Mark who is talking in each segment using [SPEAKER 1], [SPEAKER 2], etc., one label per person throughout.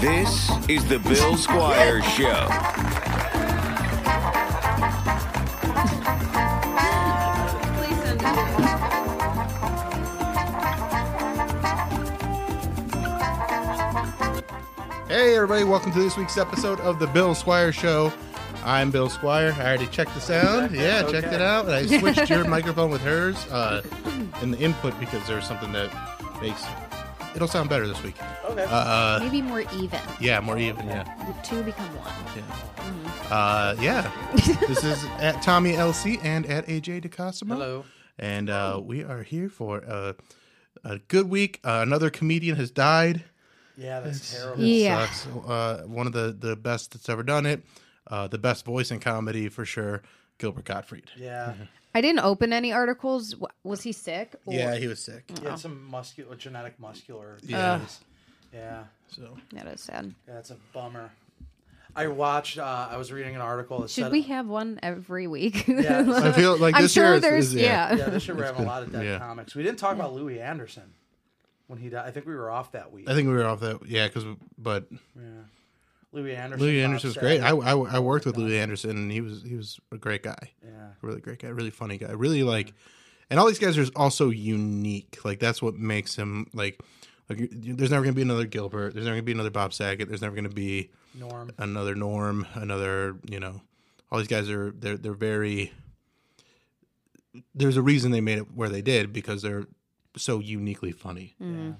[SPEAKER 1] This is the Bill Squire Show.
[SPEAKER 2] Hey, everybody, welcome to this week's episode of The Bill Squire Show. I'm Bill Squire. I already checked the sound. Yeah, checked it out. And I switched your microphone with hers uh, in the input because there's something that makes it'll sound better this week.
[SPEAKER 3] Okay.
[SPEAKER 2] Uh,
[SPEAKER 4] Maybe more even.
[SPEAKER 2] yeah, more even. Yeah.
[SPEAKER 4] The two become one.
[SPEAKER 2] Uh, yeah. this is at Tommy LC and at AJ DeCosimo.
[SPEAKER 3] Hello.
[SPEAKER 2] And uh, we are here for a, a good week. Uh, another comedian has died.
[SPEAKER 3] Yeah, that's terrible.
[SPEAKER 4] Yeah.
[SPEAKER 2] sucks. Uh, one of the, the best that's ever done it. Uh, the best voice in comedy for sure, Gilbert Gottfried.
[SPEAKER 3] Yeah.
[SPEAKER 4] I didn't open any articles. Wh- Was he sick? Or-
[SPEAKER 2] he was sick.
[SPEAKER 3] He had some muscular, genetic muscular.
[SPEAKER 2] Yeah.
[SPEAKER 3] disease. Yeah.
[SPEAKER 2] So
[SPEAKER 4] That is sad.
[SPEAKER 3] That's a bummer. I watched, uh, I was reading an article that
[SPEAKER 4] Should
[SPEAKER 3] said.
[SPEAKER 4] we have one every week?
[SPEAKER 3] Yeah.
[SPEAKER 2] I feel like
[SPEAKER 4] I'm
[SPEAKER 2] this
[SPEAKER 4] sure
[SPEAKER 2] year is-
[SPEAKER 4] there's
[SPEAKER 2] is- yeah.
[SPEAKER 4] yeah.
[SPEAKER 3] yeah, this year we're having a lot of dead
[SPEAKER 2] yeah.
[SPEAKER 3] comics. We didn't talk about Louis Anderson when he died. I think we were off that week.
[SPEAKER 2] I think we were off that. Yeah, because but
[SPEAKER 3] Louis Anderson.
[SPEAKER 2] Louis
[SPEAKER 3] Bob
[SPEAKER 2] Anderson was great.
[SPEAKER 3] Saget.
[SPEAKER 2] I, I, I worked with Louis Anderson, and he was he was a great guy,
[SPEAKER 3] yeah.
[SPEAKER 2] a really great guy, really funny guy, really like. And all these guys are also unique. Like that's what makes him like. Like you- there's never gonna be another Gilbert. There's never gonna be another Bob Saget. There's never gonna be
[SPEAKER 3] Norm.
[SPEAKER 2] another Norm, another you know, all these guys are they're they're very. There's a reason they made it where they did because they're so uniquely funny.
[SPEAKER 4] Hmm.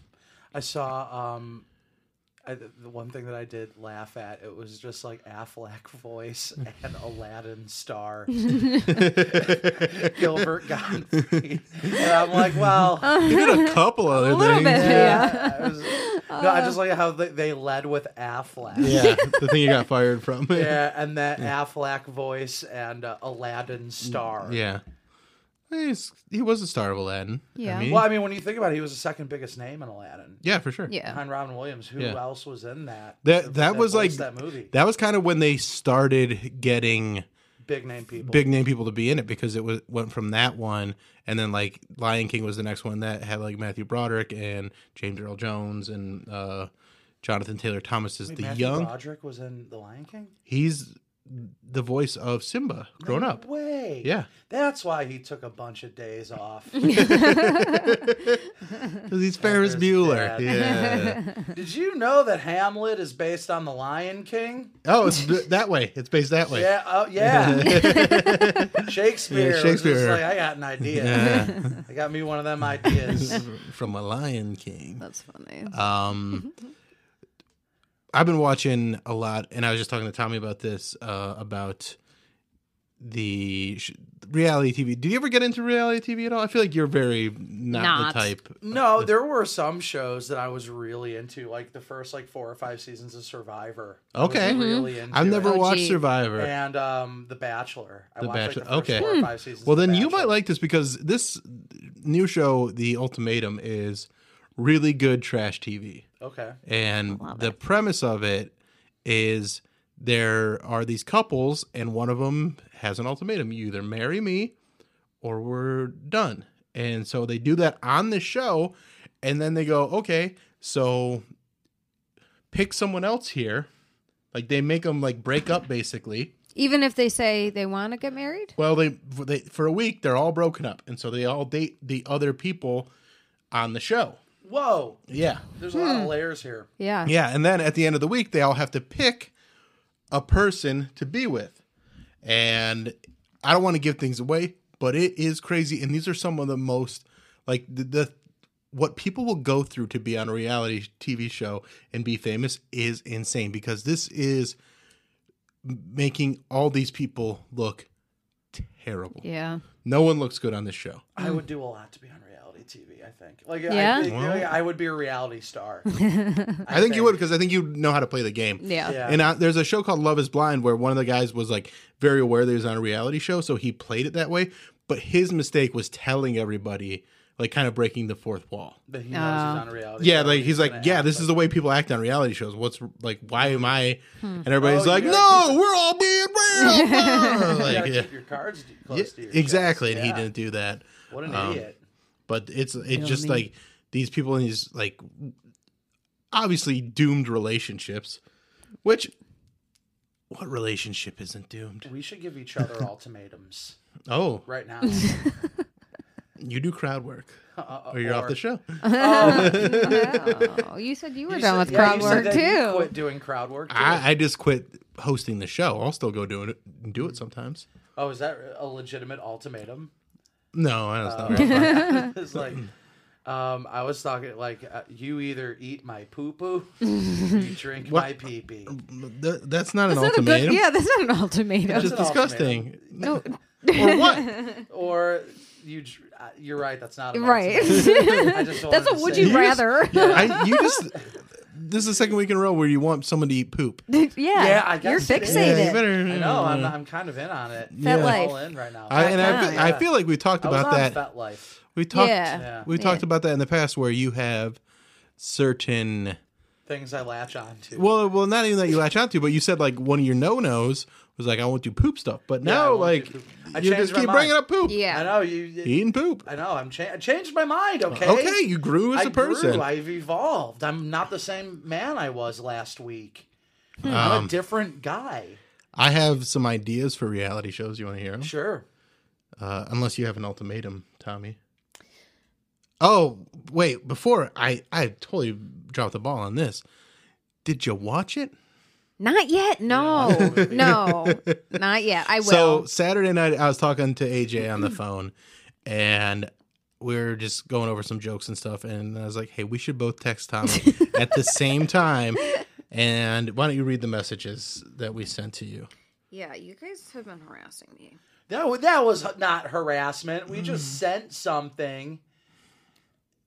[SPEAKER 3] I saw um, I, the one thing that I did laugh at. It was just like Affleck voice and Aladdin star, Mm-hmm. Gilbert Gottfried, and I'm like, well.
[SPEAKER 2] They did a couple other
[SPEAKER 4] little
[SPEAKER 2] things.
[SPEAKER 4] bit.
[SPEAKER 3] Yeah, I was- no, I just like how they, they led with Affleck.
[SPEAKER 2] Yeah, the thing you got fired from.
[SPEAKER 3] Yeah, and that Affleck voice and uh, Aladdin star.
[SPEAKER 2] Yeah. He's, he was a star of Aladdin.
[SPEAKER 4] Yeah.
[SPEAKER 2] I mean,
[SPEAKER 3] Well, I mean, when you think about it, he was the second biggest name in Aladdin.
[SPEAKER 2] yeah, for sure.
[SPEAKER 4] Yeah.
[SPEAKER 3] Behind Robin Williams, who
[SPEAKER 2] Yeah.
[SPEAKER 3] else was in that?
[SPEAKER 2] That that was like
[SPEAKER 3] voiced that movie.
[SPEAKER 2] That was kind of when they started getting
[SPEAKER 3] big name people.
[SPEAKER 2] big name people to be in it because it was went from that one and then like Lion King was the next one that had like Matthew Broderick and James Earl Jones and uh Jonathan Taylor Thomas is
[SPEAKER 3] Wait,
[SPEAKER 2] the
[SPEAKER 3] Matthew
[SPEAKER 2] young.
[SPEAKER 3] Broderick was in The Lion King.
[SPEAKER 2] He's the voice of Simba grown up.
[SPEAKER 3] Way.
[SPEAKER 2] Yeah.
[SPEAKER 3] That's why he took a bunch of days off.
[SPEAKER 2] Because he's Ferris
[SPEAKER 3] his
[SPEAKER 2] Bueller.
[SPEAKER 3] dad.
[SPEAKER 2] Yeah.
[SPEAKER 3] Did you know that Hamlet is based on The Lion King?
[SPEAKER 2] oh, it's b- that way. It's based that way.
[SPEAKER 3] Yeah. Oh, yeah. Shakespeare.
[SPEAKER 2] Yeah,
[SPEAKER 3] Shakespeare.
[SPEAKER 2] Shakespeare.
[SPEAKER 3] like, I got an idea. I got me one of them ideas.
[SPEAKER 2] From a Lion King.
[SPEAKER 4] That's funny.
[SPEAKER 3] Uh,
[SPEAKER 2] Um, I've been watching a lot, and I was just talking to Tommy about this uh, about the sh- reality TV. Did you ever get into reality TV at all? I feel like you're very not,
[SPEAKER 4] Not.
[SPEAKER 2] the type.
[SPEAKER 3] No, there were some shows that I was really into, like the first like four or five seasons of Survivor. I was
[SPEAKER 2] Okay.
[SPEAKER 3] really into
[SPEAKER 2] I've never
[SPEAKER 3] it.
[SPEAKER 4] Oh,
[SPEAKER 2] watched
[SPEAKER 4] gee.
[SPEAKER 2] Survivor.
[SPEAKER 3] And um, The Bachelor. I
[SPEAKER 2] The
[SPEAKER 3] watched
[SPEAKER 2] Bachelor.
[SPEAKER 3] Like, the first
[SPEAKER 2] Okay.
[SPEAKER 3] Four or five seasons.
[SPEAKER 2] well,
[SPEAKER 3] of The
[SPEAKER 2] then you might
[SPEAKER 3] Bachelor.
[SPEAKER 2] like this because this new show, The Ultimatum, is really good trash TV.
[SPEAKER 3] Okay.
[SPEAKER 2] And the premise of it is there are these couples, and one of them has an ultimatum you either marry me or we're done. And so they do that on the show. And then they go, okay, so pick someone else here. Like they make them like break up basically.
[SPEAKER 4] Even if they say they want to get married?
[SPEAKER 2] Well, they, for- they for a week they're all broken up, and so they all date the other people on the show.
[SPEAKER 3] Whoa.
[SPEAKER 2] Yeah,
[SPEAKER 3] There's a lot of layers here.
[SPEAKER 4] Yeah.
[SPEAKER 2] Yeah, and then at the end of the week, they all have to pick a person to be with. And I don't want to give things away, but it is crazy. And these are some of the most like the, the what people will go through to be on a reality TV show and be famous is insane because this is making all these people look terrible.
[SPEAKER 4] Yeah.
[SPEAKER 2] No one looks good on this show.
[SPEAKER 3] I would do a lot to be on reality TV. I think. Like,
[SPEAKER 4] Yeah?
[SPEAKER 3] I, think,
[SPEAKER 2] Well-
[SPEAKER 3] like, I would be a reality star. I,
[SPEAKER 2] I think you would because I think you know how to play the game.
[SPEAKER 4] Mm, Yeah.
[SPEAKER 3] Yeah.
[SPEAKER 2] And uh there's a show called Love Is Blind where one of the guys was like very aware that he was on a reality show, so he played it that way. But his mistake was telling everybody, like, kind of breaking the fourth wall.
[SPEAKER 3] But he knows he's on a reality.
[SPEAKER 2] Yeah,
[SPEAKER 3] show,
[SPEAKER 2] like he's like,
[SPEAKER 3] gonna
[SPEAKER 2] yeah,
[SPEAKER 3] act
[SPEAKER 2] this
[SPEAKER 3] like-
[SPEAKER 2] is the way people act on reality shows. What's like, why am I? And everybody's
[SPEAKER 3] Oh, you
[SPEAKER 2] like,
[SPEAKER 3] gotta
[SPEAKER 2] no, we're all being real.
[SPEAKER 3] You
[SPEAKER 2] like,
[SPEAKER 3] gotta
[SPEAKER 2] yeah.
[SPEAKER 3] keep your cards d- close
[SPEAKER 2] Yeah,
[SPEAKER 3] to your chest.
[SPEAKER 2] exactly, and he
[SPEAKER 3] Yeah.
[SPEAKER 2] didn't do that.
[SPEAKER 3] What an
[SPEAKER 2] Um,
[SPEAKER 3] idiot.
[SPEAKER 2] But it's it's
[SPEAKER 4] know
[SPEAKER 2] just
[SPEAKER 4] what I mean?
[SPEAKER 2] like these people in these like obviously doomed relationships, which what relationship isn't doomed?
[SPEAKER 3] We should give each other ultimatums
[SPEAKER 2] Oh,
[SPEAKER 3] right now.
[SPEAKER 2] you do crowd work,
[SPEAKER 3] Uh,
[SPEAKER 2] or you're off the show.
[SPEAKER 4] Wow. Oh, You said you were done with
[SPEAKER 3] yeah,
[SPEAKER 4] crowd
[SPEAKER 3] you said
[SPEAKER 4] work
[SPEAKER 3] that you
[SPEAKER 4] too.
[SPEAKER 3] Quit doing crowd work. Too.
[SPEAKER 2] I, I just quit hosting the show. I'll still go do it do it sometimes.
[SPEAKER 3] oh, is that a legitimate ultimatum?
[SPEAKER 2] No, I don't know.
[SPEAKER 3] Uh. it's like, um, I was talking like uh, you either eat my poo poo, you drink my pee pee.
[SPEAKER 2] Th- that's not
[SPEAKER 4] That's not
[SPEAKER 2] an
[SPEAKER 4] a
[SPEAKER 2] ultimatum.
[SPEAKER 4] good. Yeah, that's not an ultimatum.
[SPEAKER 2] Just
[SPEAKER 3] That's an
[SPEAKER 2] disgusting. or what?
[SPEAKER 3] Or you, dr- uh, you're right. That's not an
[SPEAKER 4] Right.
[SPEAKER 3] ultimatum. I just
[SPEAKER 4] That's
[SPEAKER 3] wanted
[SPEAKER 4] a
[SPEAKER 3] to
[SPEAKER 4] would
[SPEAKER 3] say
[SPEAKER 4] you
[SPEAKER 3] that.
[SPEAKER 4] rather. Yeah,
[SPEAKER 2] I, you just. This is the second week in a row where you want someone to eat poop.
[SPEAKER 3] Yeah, I
[SPEAKER 4] you're
[SPEAKER 3] guess it is.
[SPEAKER 4] fixated.
[SPEAKER 3] Yeah,
[SPEAKER 2] you better.
[SPEAKER 3] I know. I'm, I'm kind of in on it.
[SPEAKER 4] Fat
[SPEAKER 3] I'm
[SPEAKER 4] life.
[SPEAKER 3] all in right now.
[SPEAKER 2] I, and I
[SPEAKER 4] Wow.
[SPEAKER 2] feel, I feel like we talked
[SPEAKER 3] I was
[SPEAKER 2] about
[SPEAKER 3] on
[SPEAKER 2] that.
[SPEAKER 3] Fat life.
[SPEAKER 2] We talked.
[SPEAKER 4] Yeah.
[SPEAKER 3] Yeah.
[SPEAKER 2] We talked about that in the past, where you have certain.
[SPEAKER 3] Things I latch on to.
[SPEAKER 2] Well, well, not even that you latch onto, but you said like one of your no nos was like I won't do poop stuff, but
[SPEAKER 3] I
[SPEAKER 2] now
[SPEAKER 3] won't do
[SPEAKER 2] like
[SPEAKER 3] poop. I
[SPEAKER 2] you
[SPEAKER 3] changed
[SPEAKER 2] just
[SPEAKER 3] my
[SPEAKER 2] keep
[SPEAKER 3] mind.
[SPEAKER 2] bringing up poop.
[SPEAKER 4] Yeah.
[SPEAKER 3] I know you.
[SPEAKER 2] eating poop.
[SPEAKER 3] I know. I'm cha- I changed my mind. Okay.
[SPEAKER 2] Okay, you grew as
[SPEAKER 3] I
[SPEAKER 2] a person.
[SPEAKER 3] Grew, I've evolved. I'm not the same man I was last week.
[SPEAKER 2] Hmm. Um,
[SPEAKER 3] I'm a different guy.
[SPEAKER 2] I have some ideas for reality shows. You want to hear them?
[SPEAKER 3] Sure.
[SPEAKER 2] Uh, unless you have an ultimatum, Tommy. Oh wait! Before I, I totally dropped the ball on this. Did you watch it?
[SPEAKER 4] Not yet. No. no. Not yet. I will.
[SPEAKER 2] So Saturday night, I was talking to AJ on the phone, and we are just going over some jokes and stuff. And I was like, "Hey, we should both text Tommy at the same time." And why don't you read the messages that we sent to you?
[SPEAKER 4] yeah, you guys have been harassing me.
[SPEAKER 3] That wa- that was h- not harassment. We just
[SPEAKER 2] Hmm.
[SPEAKER 3] sent something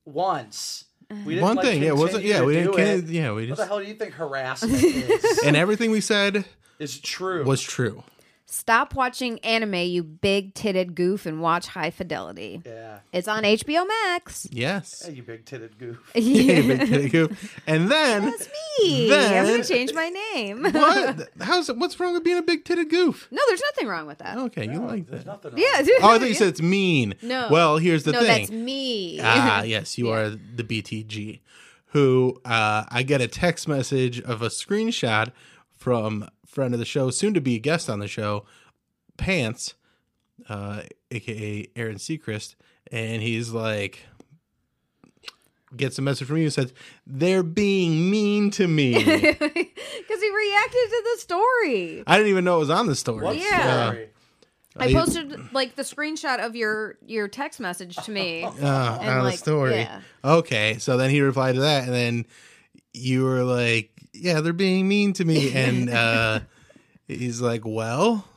[SPEAKER 3] once. We didn't
[SPEAKER 2] One
[SPEAKER 3] like,
[SPEAKER 2] thing, yeah, it wasn't
[SPEAKER 3] continue
[SPEAKER 2] yeah,
[SPEAKER 3] to
[SPEAKER 2] we didn't,
[SPEAKER 3] do
[SPEAKER 2] can't-
[SPEAKER 3] it.
[SPEAKER 2] yeah, we
[SPEAKER 3] What the
[SPEAKER 2] just
[SPEAKER 3] hell do you think harassment is?
[SPEAKER 2] and everything we said
[SPEAKER 3] is true.
[SPEAKER 2] was true.
[SPEAKER 4] Stop watching anime, you big titted goof, and watch High Fidelity.
[SPEAKER 3] yeah.
[SPEAKER 4] It's on HBO Max.
[SPEAKER 2] Yes.
[SPEAKER 3] Hey, you big titted goof.
[SPEAKER 2] Hey, big titty goof. and then
[SPEAKER 4] That's me.
[SPEAKER 2] Then-
[SPEAKER 4] I'm gonna change my name.
[SPEAKER 2] what? How's it? What's wrong with being a big titted goof?
[SPEAKER 4] No, there's nothing wrong with that.
[SPEAKER 2] Okay, you like that?
[SPEAKER 3] Nothing.
[SPEAKER 4] Yeah.
[SPEAKER 3] else.
[SPEAKER 2] Oh, I thought you said it's mean.
[SPEAKER 4] No.
[SPEAKER 2] Well, here's the
[SPEAKER 4] no.
[SPEAKER 2] thing.
[SPEAKER 4] That's me.
[SPEAKER 2] ah, yes, you are the BTG. Who uh, I get a text message of a screenshot from friend of the show, soon to be guest on the show, Pants, uh, aka Aaron Seacrest, and he's like, gets a message from you. Says they're being mean to me. I
[SPEAKER 4] Because he reacted to the story.
[SPEAKER 2] didn't even know it was on the story.
[SPEAKER 3] What
[SPEAKER 4] Yeah.
[SPEAKER 2] uh,
[SPEAKER 3] story?
[SPEAKER 4] I
[SPEAKER 2] you-
[SPEAKER 4] posted like the screenshot of your your text message to me.
[SPEAKER 2] uh,
[SPEAKER 4] And,
[SPEAKER 2] on
[SPEAKER 4] like,
[SPEAKER 2] the story.
[SPEAKER 4] yeah.
[SPEAKER 2] Okay, so then he replied to that, and then you were like, "Yeah, they're being mean to me," and uh, he's like, "Well."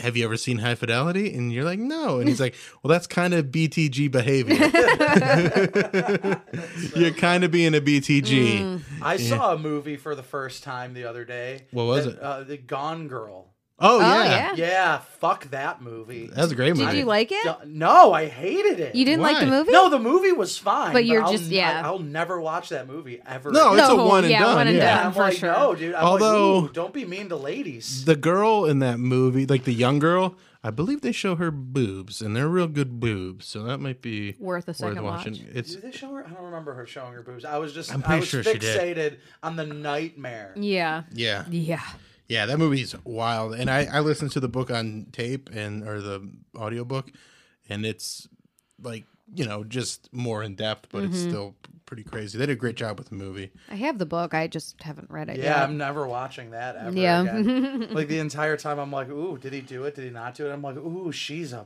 [SPEAKER 2] Have you ever seen High Fidelity? And you're like, no. And he's like, well, that's kind of BTG behavior. you're kind of being a BTG.
[SPEAKER 4] Mm.
[SPEAKER 3] I saw a movie for the first time the other day.
[SPEAKER 2] What was
[SPEAKER 3] that-
[SPEAKER 2] it?
[SPEAKER 3] Uh, the Gone Girl.
[SPEAKER 2] Oh, yeah.
[SPEAKER 4] yeah.
[SPEAKER 3] Yeah, fuck that movie.
[SPEAKER 2] That was a great
[SPEAKER 4] Did
[SPEAKER 2] movie.
[SPEAKER 4] you like it?
[SPEAKER 3] D- No, I hated it.
[SPEAKER 4] You didn't like the
[SPEAKER 2] Why?
[SPEAKER 4] movie?
[SPEAKER 3] No, the movie was fine.
[SPEAKER 4] But you're
[SPEAKER 3] I'll-
[SPEAKER 4] just- yeah.
[SPEAKER 3] I, will never watch that movie ever.
[SPEAKER 2] No,
[SPEAKER 3] again.
[SPEAKER 2] it's a
[SPEAKER 4] No,
[SPEAKER 2] one and
[SPEAKER 4] yeah,
[SPEAKER 2] done.
[SPEAKER 4] one and
[SPEAKER 2] yeah.
[SPEAKER 4] done.
[SPEAKER 3] I'm
[SPEAKER 4] for
[SPEAKER 3] like,
[SPEAKER 4] sure.
[SPEAKER 3] no, dude. I'm
[SPEAKER 2] Although-
[SPEAKER 3] like, Ooh, don't be mean to ladies.
[SPEAKER 2] The girl in that movie, like the young girl, I believe they show her boobs, and they're real good boobs. So that might be
[SPEAKER 4] Worth a second watch.
[SPEAKER 2] It's
[SPEAKER 3] Did they show her? I don't remember her showing her boobs. I was just,
[SPEAKER 2] I'm
[SPEAKER 3] I
[SPEAKER 2] pretty
[SPEAKER 3] was
[SPEAKER 2] sure she did.
[SPEAKER 3] fixated on the nightmare.
[SPEAKER 4] Yeah.
[SPEAKER 2] yeah,
[SPEAKER 4] Yeah.
[SPEAKER 2] yeah. That movie's wild, and I I listened to the book on tape and or the audiobook, and it's like you know just more in depth, but it's still pretty crazy. They did a great job with the movie.
[SPEAKER 4] I have the book. I just haven't read it
[SPEAKER 3] Yeah,
[SPEAKER 4] yet.
[SPEAKER 3] I'm never watching that ever
[SPEAKER 4] Yeah.
[SPEAKER 3] again. like the entire time, I'm like, ooh, did he do it? Did he not do it? I'm like, ooh, she's a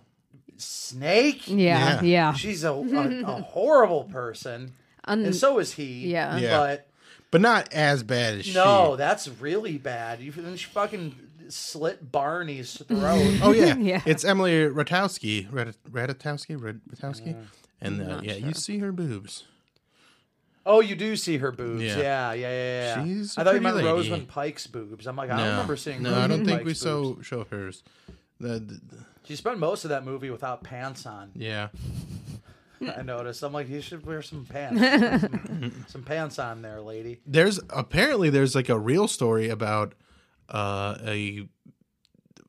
[SPEAKER 3] snake.
[SPEAKER 4] yeah.
[SPEAKER 2] Yeah.
[SPEAKER 4] Yeah.
[SPEAKER 3] She's a, a, a horrible person. and so is he.
[SPEAKER 4] yeah.
[SPEAKER 2] Yeah.
[SPEAKER 3] But
[SPEAKER 2] But not as bad as she.
[SPEAKER 3] no, that's really bad. You then she fucking slit Barney's throat.
[SPEAKER 2] Oh yeah,
[SPEAKER 4] Yeah.
[SPEAKER 2] It's Emily Ratajkowski, Rat- Ratajkowski, Rat- Ratajkowski,
[SPEAKER 3] Mm,
[SPEAKER 2] and uh, yeah, you see her boobs.
[SPEAKER 3] Oh, you do see her boobs.
[SPEAKER 2] Yeah.
[SPEAKER 3] Yeah, yeah, yeah. yeah, yeah.
[SPEAKER 2] She's a
[SPEAKER 3] I thought you
[SPEAKER 2] pretty
[SPEAKER 3] meant
[SPEAKER 2] lady.
[SPEAKER 3] Rosamund Pike's boobs. I'm like, I don't remember seeing.
[SPEAKER 2] No, I don't
[SPEAKER 3] Rosamund
[SPEAKER 2] think we
[SPEAKER 3] Pike's boobs.
[SPEAKER 2] so show hers. The, the-
[SPEAKER 3] She spent most of that movie without pants on.
[SPEAKER 2] yeah,
[SPEAKER 3] I noticed. I'm like, you should wear some pants, some, some pants on there, lady.
[SPEAKER 2] there's apparently there's like a real story about uh a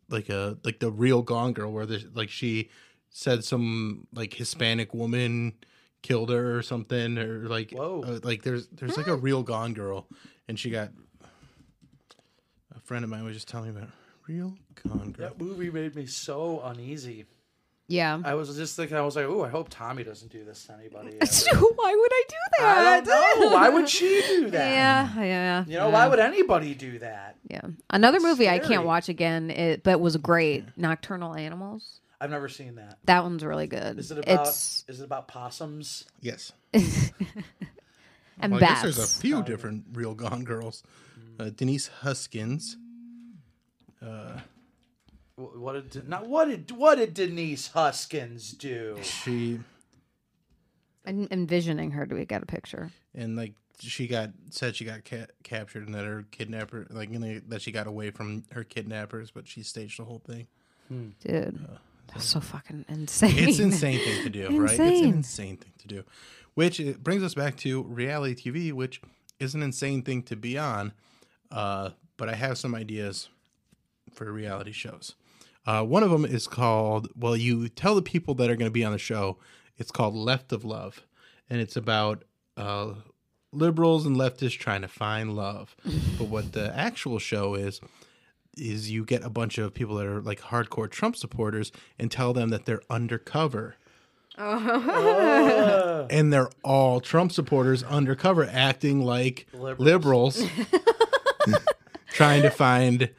[SPEAKER 2] like a like the real Gone Girl where the, like she said some like Hispanic woman killed her or something or like
[SPEAKER 3] Whoa.
[SPEAKER 2] uh, like there's there's like a
[SPEAKER 4] Hmm.
[SPEAKER 2] real Gone Girl and she got a friend of mine was just telling me about real Gone Girl.
[SPEAKER 3] That movie made me so uneasy.
[SPEAKER 4] Yeah.
[SPEAKER 3] I was just thinking, I was like, ooh, I hope Tommy doesn't do this to anybody.
[SPEAKER 4] Why would I do
[SPEAKER 3] I
[SPEAKER 4] that?
[SPEAKER 3] don't know. Why would she do that?
[SPEAKER 4] Yeah, yeah.
[SPEAKER 3] You know, why would anybody do that?
[SPEAKER 4] Yeah. Another movie I
[SPEAKER 3] scary.
[SPEAKER 4] can't watch again, it, but was great. Nocturnal Animals.
[SPEAKER 3] I've never seen that.
[SPEAKER 4] That one's really good.
[SPEAKER 3] Is it about?
[SPEAKER 4] it's
[SPEAKER 3] Is it about possums?
[SPEAKER 2] Yes.
[SPEAKER 3] Oh,
[SPEAKER 4] and
[SPEAKER 2] Well, I
[SPEAKER 4] bats.
[SPEAKER 2] guess there's a few different real Gone Girls. Uh, Denise Huskins.
[SPEAKER 3] Wh- What did not? What did what did Denise Huskins do?
[SPEAKER 2] She
[SPEAKER 4] I'm envisioning her. Do we get a picture?
[SPEAKER 2] and like she got said she got ca- captured and that her kidnapper like you know, that she got away from her kidnappers, but she staged the whole thing.
[SPEAKER 4] Dude,
[SPEAKER 3] Uh,
[SPEAKER 4] that's so fucking insane.
[SPEAKER 2] It's insane thing to do, right? It's an
[SPEAKER 4] Insane.
[SPEAKER 2] insane thing to do, which it brings us back to reality TV, which is an insane thing to be on. Uh, but I have some ideas for reality shows. Uh, one of them is called, well, you tell the people that are going to be on the show, it's called Left of Love. And it's about uh, liberals and leftists trying to find love. but what the actual show is, is you get a bunch of people that are like hardcore Trump supporters and tell them that they're undercover.
[SPEAKER 3] Uh,
[SPEAKER 2] and they're all Trump supporters undercover acting like liberals,
[SPEAKER 3] Liberals.
[SPEAKER 2] trying to find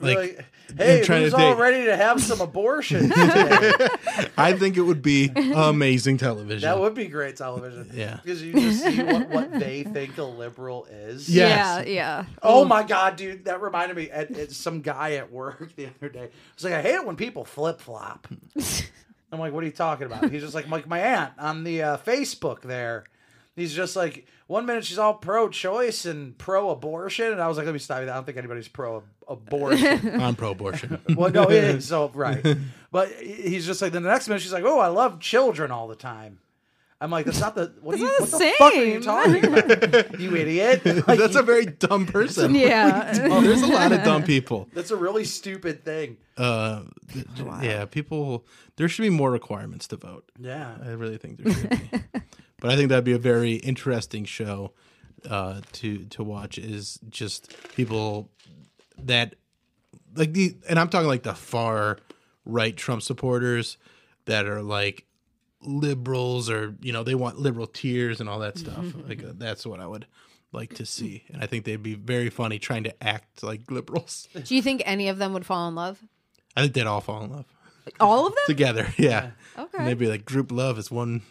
[SPEAKER 2] like,
[SPEAKER 3] Like, hey,
[SPEAKER 2] trying to
[SPEAKER 3] who's all
[SPEAKER 2] date.
[SPEAKER 3] ready to have some abortion? today?
[SPEAKER 2] I think it would be amazing television.
[SPEAKER 3] that would be great television.
[SPEAKER 2] Yeah.
[SPEAKER 3] because you just see what, what they think a liberal is.
[SPEAKER 2] Yeah.
[SPEAKER 4] Yeah, yeah.
[SPEAKER 3] Oh my god, dude, that reminded me. At, at some guy at work the other day was like, "I hate it when people flip flop." I'm like, "What are you talking about?" He's just like, "Like my aunt on the uh, Facebook there." He's just like, one minute she's all pro-choice and pro-abortion, and I was like, "Let me stop you. I don't think anybody's pro-abortion."
[SPEAKER 2] I'm pro abortion.
[SPEAKER 3] Well, no, it is so right. But he- he's just like then the next minute she's like, "Oh, I love children all the time." I'm like, "That's not the what, are you, what
[SPEAKER 4] That's not
[SPEAKER 3] the fuck are you
[SPEAKER 4] the
[SPEAKER 3] talking about? You idiot! Like,
[SPEAKER 2] That's a very dumb person.
[SPEAKER 4] Yeah.
[SPEAKER 2] Oh, there's a lot of dumb people.
[SPEAKER 3] that's a really stupid thing."
[SPEAKER 2] Uh, th- yeah, people. There should be more requirements to vote.
[SPEAKER 3] Yeah,
[SPEAKER 2] I really think there should be. but I think that'd be a very interesting show uh, to to watch. Is just people that like the and I'm talking like the far right Trump supporters that are like liberals or you know they want liberal tears and all that stuff. like uh, that's what I would like to see, and I think they'd be very funny trying to act like liberals.
[SPEAKER 4] do you think any of them would fall in love?
[SPEAKER 2] I think they'd all fall in love
[SPEAKER 4] All of them?
[SPEAKER 2] together. Yeah.
[SPEAKER 4] Okay.
[SPEAKER 2] And they'd be like, group love is one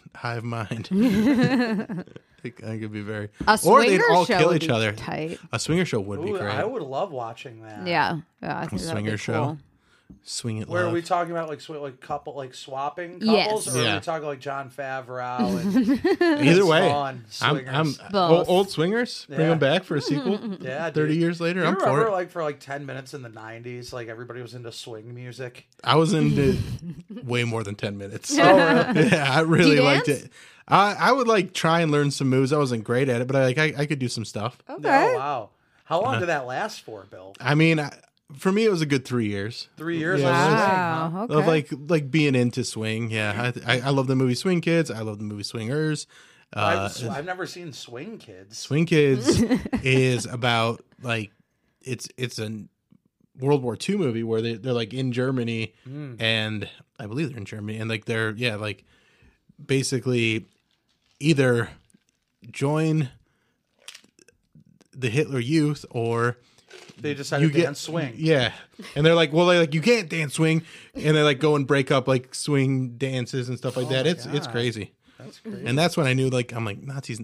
[SPEAKER 2] hive mind. I think I think it'd be very.
[SPEAKER 4] A
[SPEAKER 2] or they'd
[SPEAKER 4] swinger
[SPEAKER 2] all
[SPEAKER 4] show
[SPEAKER 2] kill
[SPEAKER 4] would
[SPEAKER 2] each
[SPEAKER 4] be
[SPEAKER 2] other.
[SPEAKER 4] tight.
[SPEAKER 2] A swinger show would be
[SPEAKER 3] Ooh,
[SPEAKER 2] great.
[SPEAKER 3] I would love watching that.
[SPEAKER 4] Yeah. yeah I think that'd
[SPEAKER 2] swinger
[SPEAKER 4] be
[SPEAKER 2] show.
[SPEAKER 4] cool.
[SPEAKER 2] Swing it
[SPEAKER 3] Where
[SPEAKER 2] love.
[SPEAKER 3] are we talking about like sw- like couple like swapping
[SPEAKER 4] Yes.
[SPEAKER 3] couples, or are
[SPEAKER 2] Yeah.
[SPEAKER 3] we talking like John Favreau? And,
[SPEAKER 2] Either way,
[SPEAKER 3] on,
[SPEAKER 2] I'm, I'm
[SPEAKER 3] swingers.
[SPEAKER 2] old,
[SPEAKER 4] Both.
[SPEAKER 2] old swingers. Bring
[SPEAKER 3] Yeah.
[SPEAKER 2] them back for a sequel.
[SPEAKER 3] yeah, dude.
[SPEAKER 2] Thirty years later,
[SPEAKER 3] Do you
[SPEAKER 2] I'm for
[SPEAKER 3] remember
[SPEAKER 2] it.
[SPEAKER 3] like for like ten minutes in the '90s, like everybody was into swing music.
[SPEAKER 2] I was into way more than ten minutes.
[SPEAKER 3] Oh,
[SPEAKER 2] yeah, I really
[SPEAKER 4] you
[SPEAKER 2] liked
[SPEAKER 4] dance?
[SPEAKER 2] it. I, I would like try and learn some moves. I wasn't great at it, but I like I, I could do some stuff.
[SPEAKER 3] Oh, wow. How long did that last for, Bill?
[SPEAKER 2] I mean, I, for me, it was a good three years.
[SPEAKER 3] Three years.
[SPEAKER 2] Yeah,
[SPEAKER 3] I was saying, huh?
[SPEAKER 4] Wow. Okay.
[SPEAKER 2] of like like being into swing. Yeah, I, I, I love the movie Swing Kids. I love the movie Swingers. Uh,
[SPEAKER 3] I've, sw- I've never seen Swing Kids.
[SPEAKER 2] swing Kids is about like it's it's a World War II movie where they they're like in Germany and I believe they're in Germany and like they're yeah like basically either join the Hitler Youth or
[SPEAKER 3] They decided to
[SPEAKER 2] get-
[SPEAKER 3] dance swing.
[SPEAKER 2] Yeah, and they're like, well, they're like, you can't dance swing, and they like go and break up like swing dances and
[SPEAKER 3] Oh
[SPEAKER 2] stuff like that. It's it's crazy.
[SPEAKER 3] That's crazy.
[SPEAKER 2] and that's when I knew like I'm like Nazis,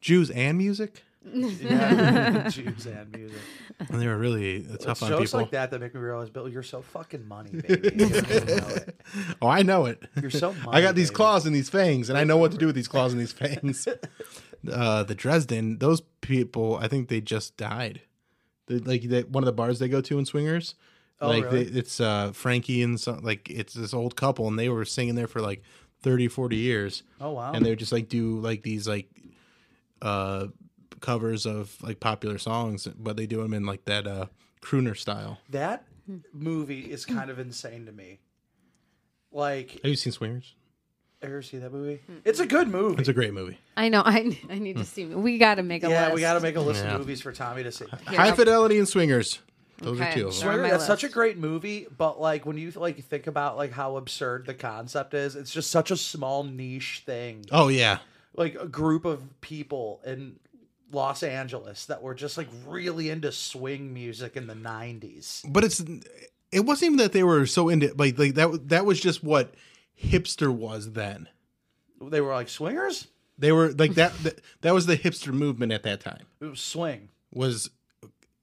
[SPEAKER 2] Jews, and music.
[SPEAKER 3] Yeah. Jews and music.
[SPEAKER 2] And they were really uh, tough
[SPEAKER 3] It's
[SPEAKER 2] on
[SPEAKER 3] shows
[SPEAKER 2] people.
[SPEAKER 3] like that that make me realize, Bill, you're so fucking money, baby. You don't even know it.
[SPEAKER 2] Oh, I know it.
[SPEAKER 3] You're so
[SPEAKER 2] I got
[SPEAKER 3] money,
[SPEAKER 2] these
[SPEAKER 3] baby.
[SPEAKER 2] claws and these fangs, and I know what to do with these claws and these fangs. uh, the Dresden, those people, I think they just died. They, like they, one of the bars they go to in Swingers,
[SPEAKER 3] Oh,
[SPEAKER 2] like
[SPEAKER 3] really?
[SPEAKER 2] they, it's uh, Frankie and some, like it's this old couple, and they were singing there for like 30, 40 years.
[SPEAKER 3] Oh, wow.
[SPEAKER 2] And they would just like do like these like uh, covers of like popular songs, but they do them in like that uh, crooner style.
[SPEAKER 3] That movie is kind of insane to me. Like, have
[SPEAKER 2] Have you seen Swingers?
[SPEAKER 3] you ever seen that movie? It's a good movie.
[SPEAKER 2] It's a great movie.
[SPEAKER 4] I know. I, I need to see. We got to make a
[SPEAKER 3] Hmm. yeah,
[SPEAKER 4] list.
[SPEAKER 3] we got to make a list
[SPEAKER 2] Yeah.
[SPEAKER 3] of movies for Tommy to see.
[SPEAKER 2] High Fidelity and Swingers. Those are
[SPEAKER 4] Okay.
[SPEAKER 2] two of them.
[SPEAKER 4] They're on
[SPEAKER 3] Swear,
[SPEAKER 4] my
[SPEAKER 3] that's such a
[SPEAKER 4] list.
[SPEAKER 3] great movie, but like when you like think about like how absurd the concept is, it's just such a small niche thing.
[SPEAKER 2] Oh yeah,
[SPEAKER 3] Like a group of people in Los Angeles that were just like really into swing music in the '90s.
[SPEAKER 2] but it's it wasn't even that they were so into like like that. was- That was just what hipster was then.
[SPEAKER 3] They were like swingers.
[SPEAKER 2] They were like that. that, that was the hipster movement at that time.
[SPEAKER 3] It was swing.
[SPEAKER 2] Was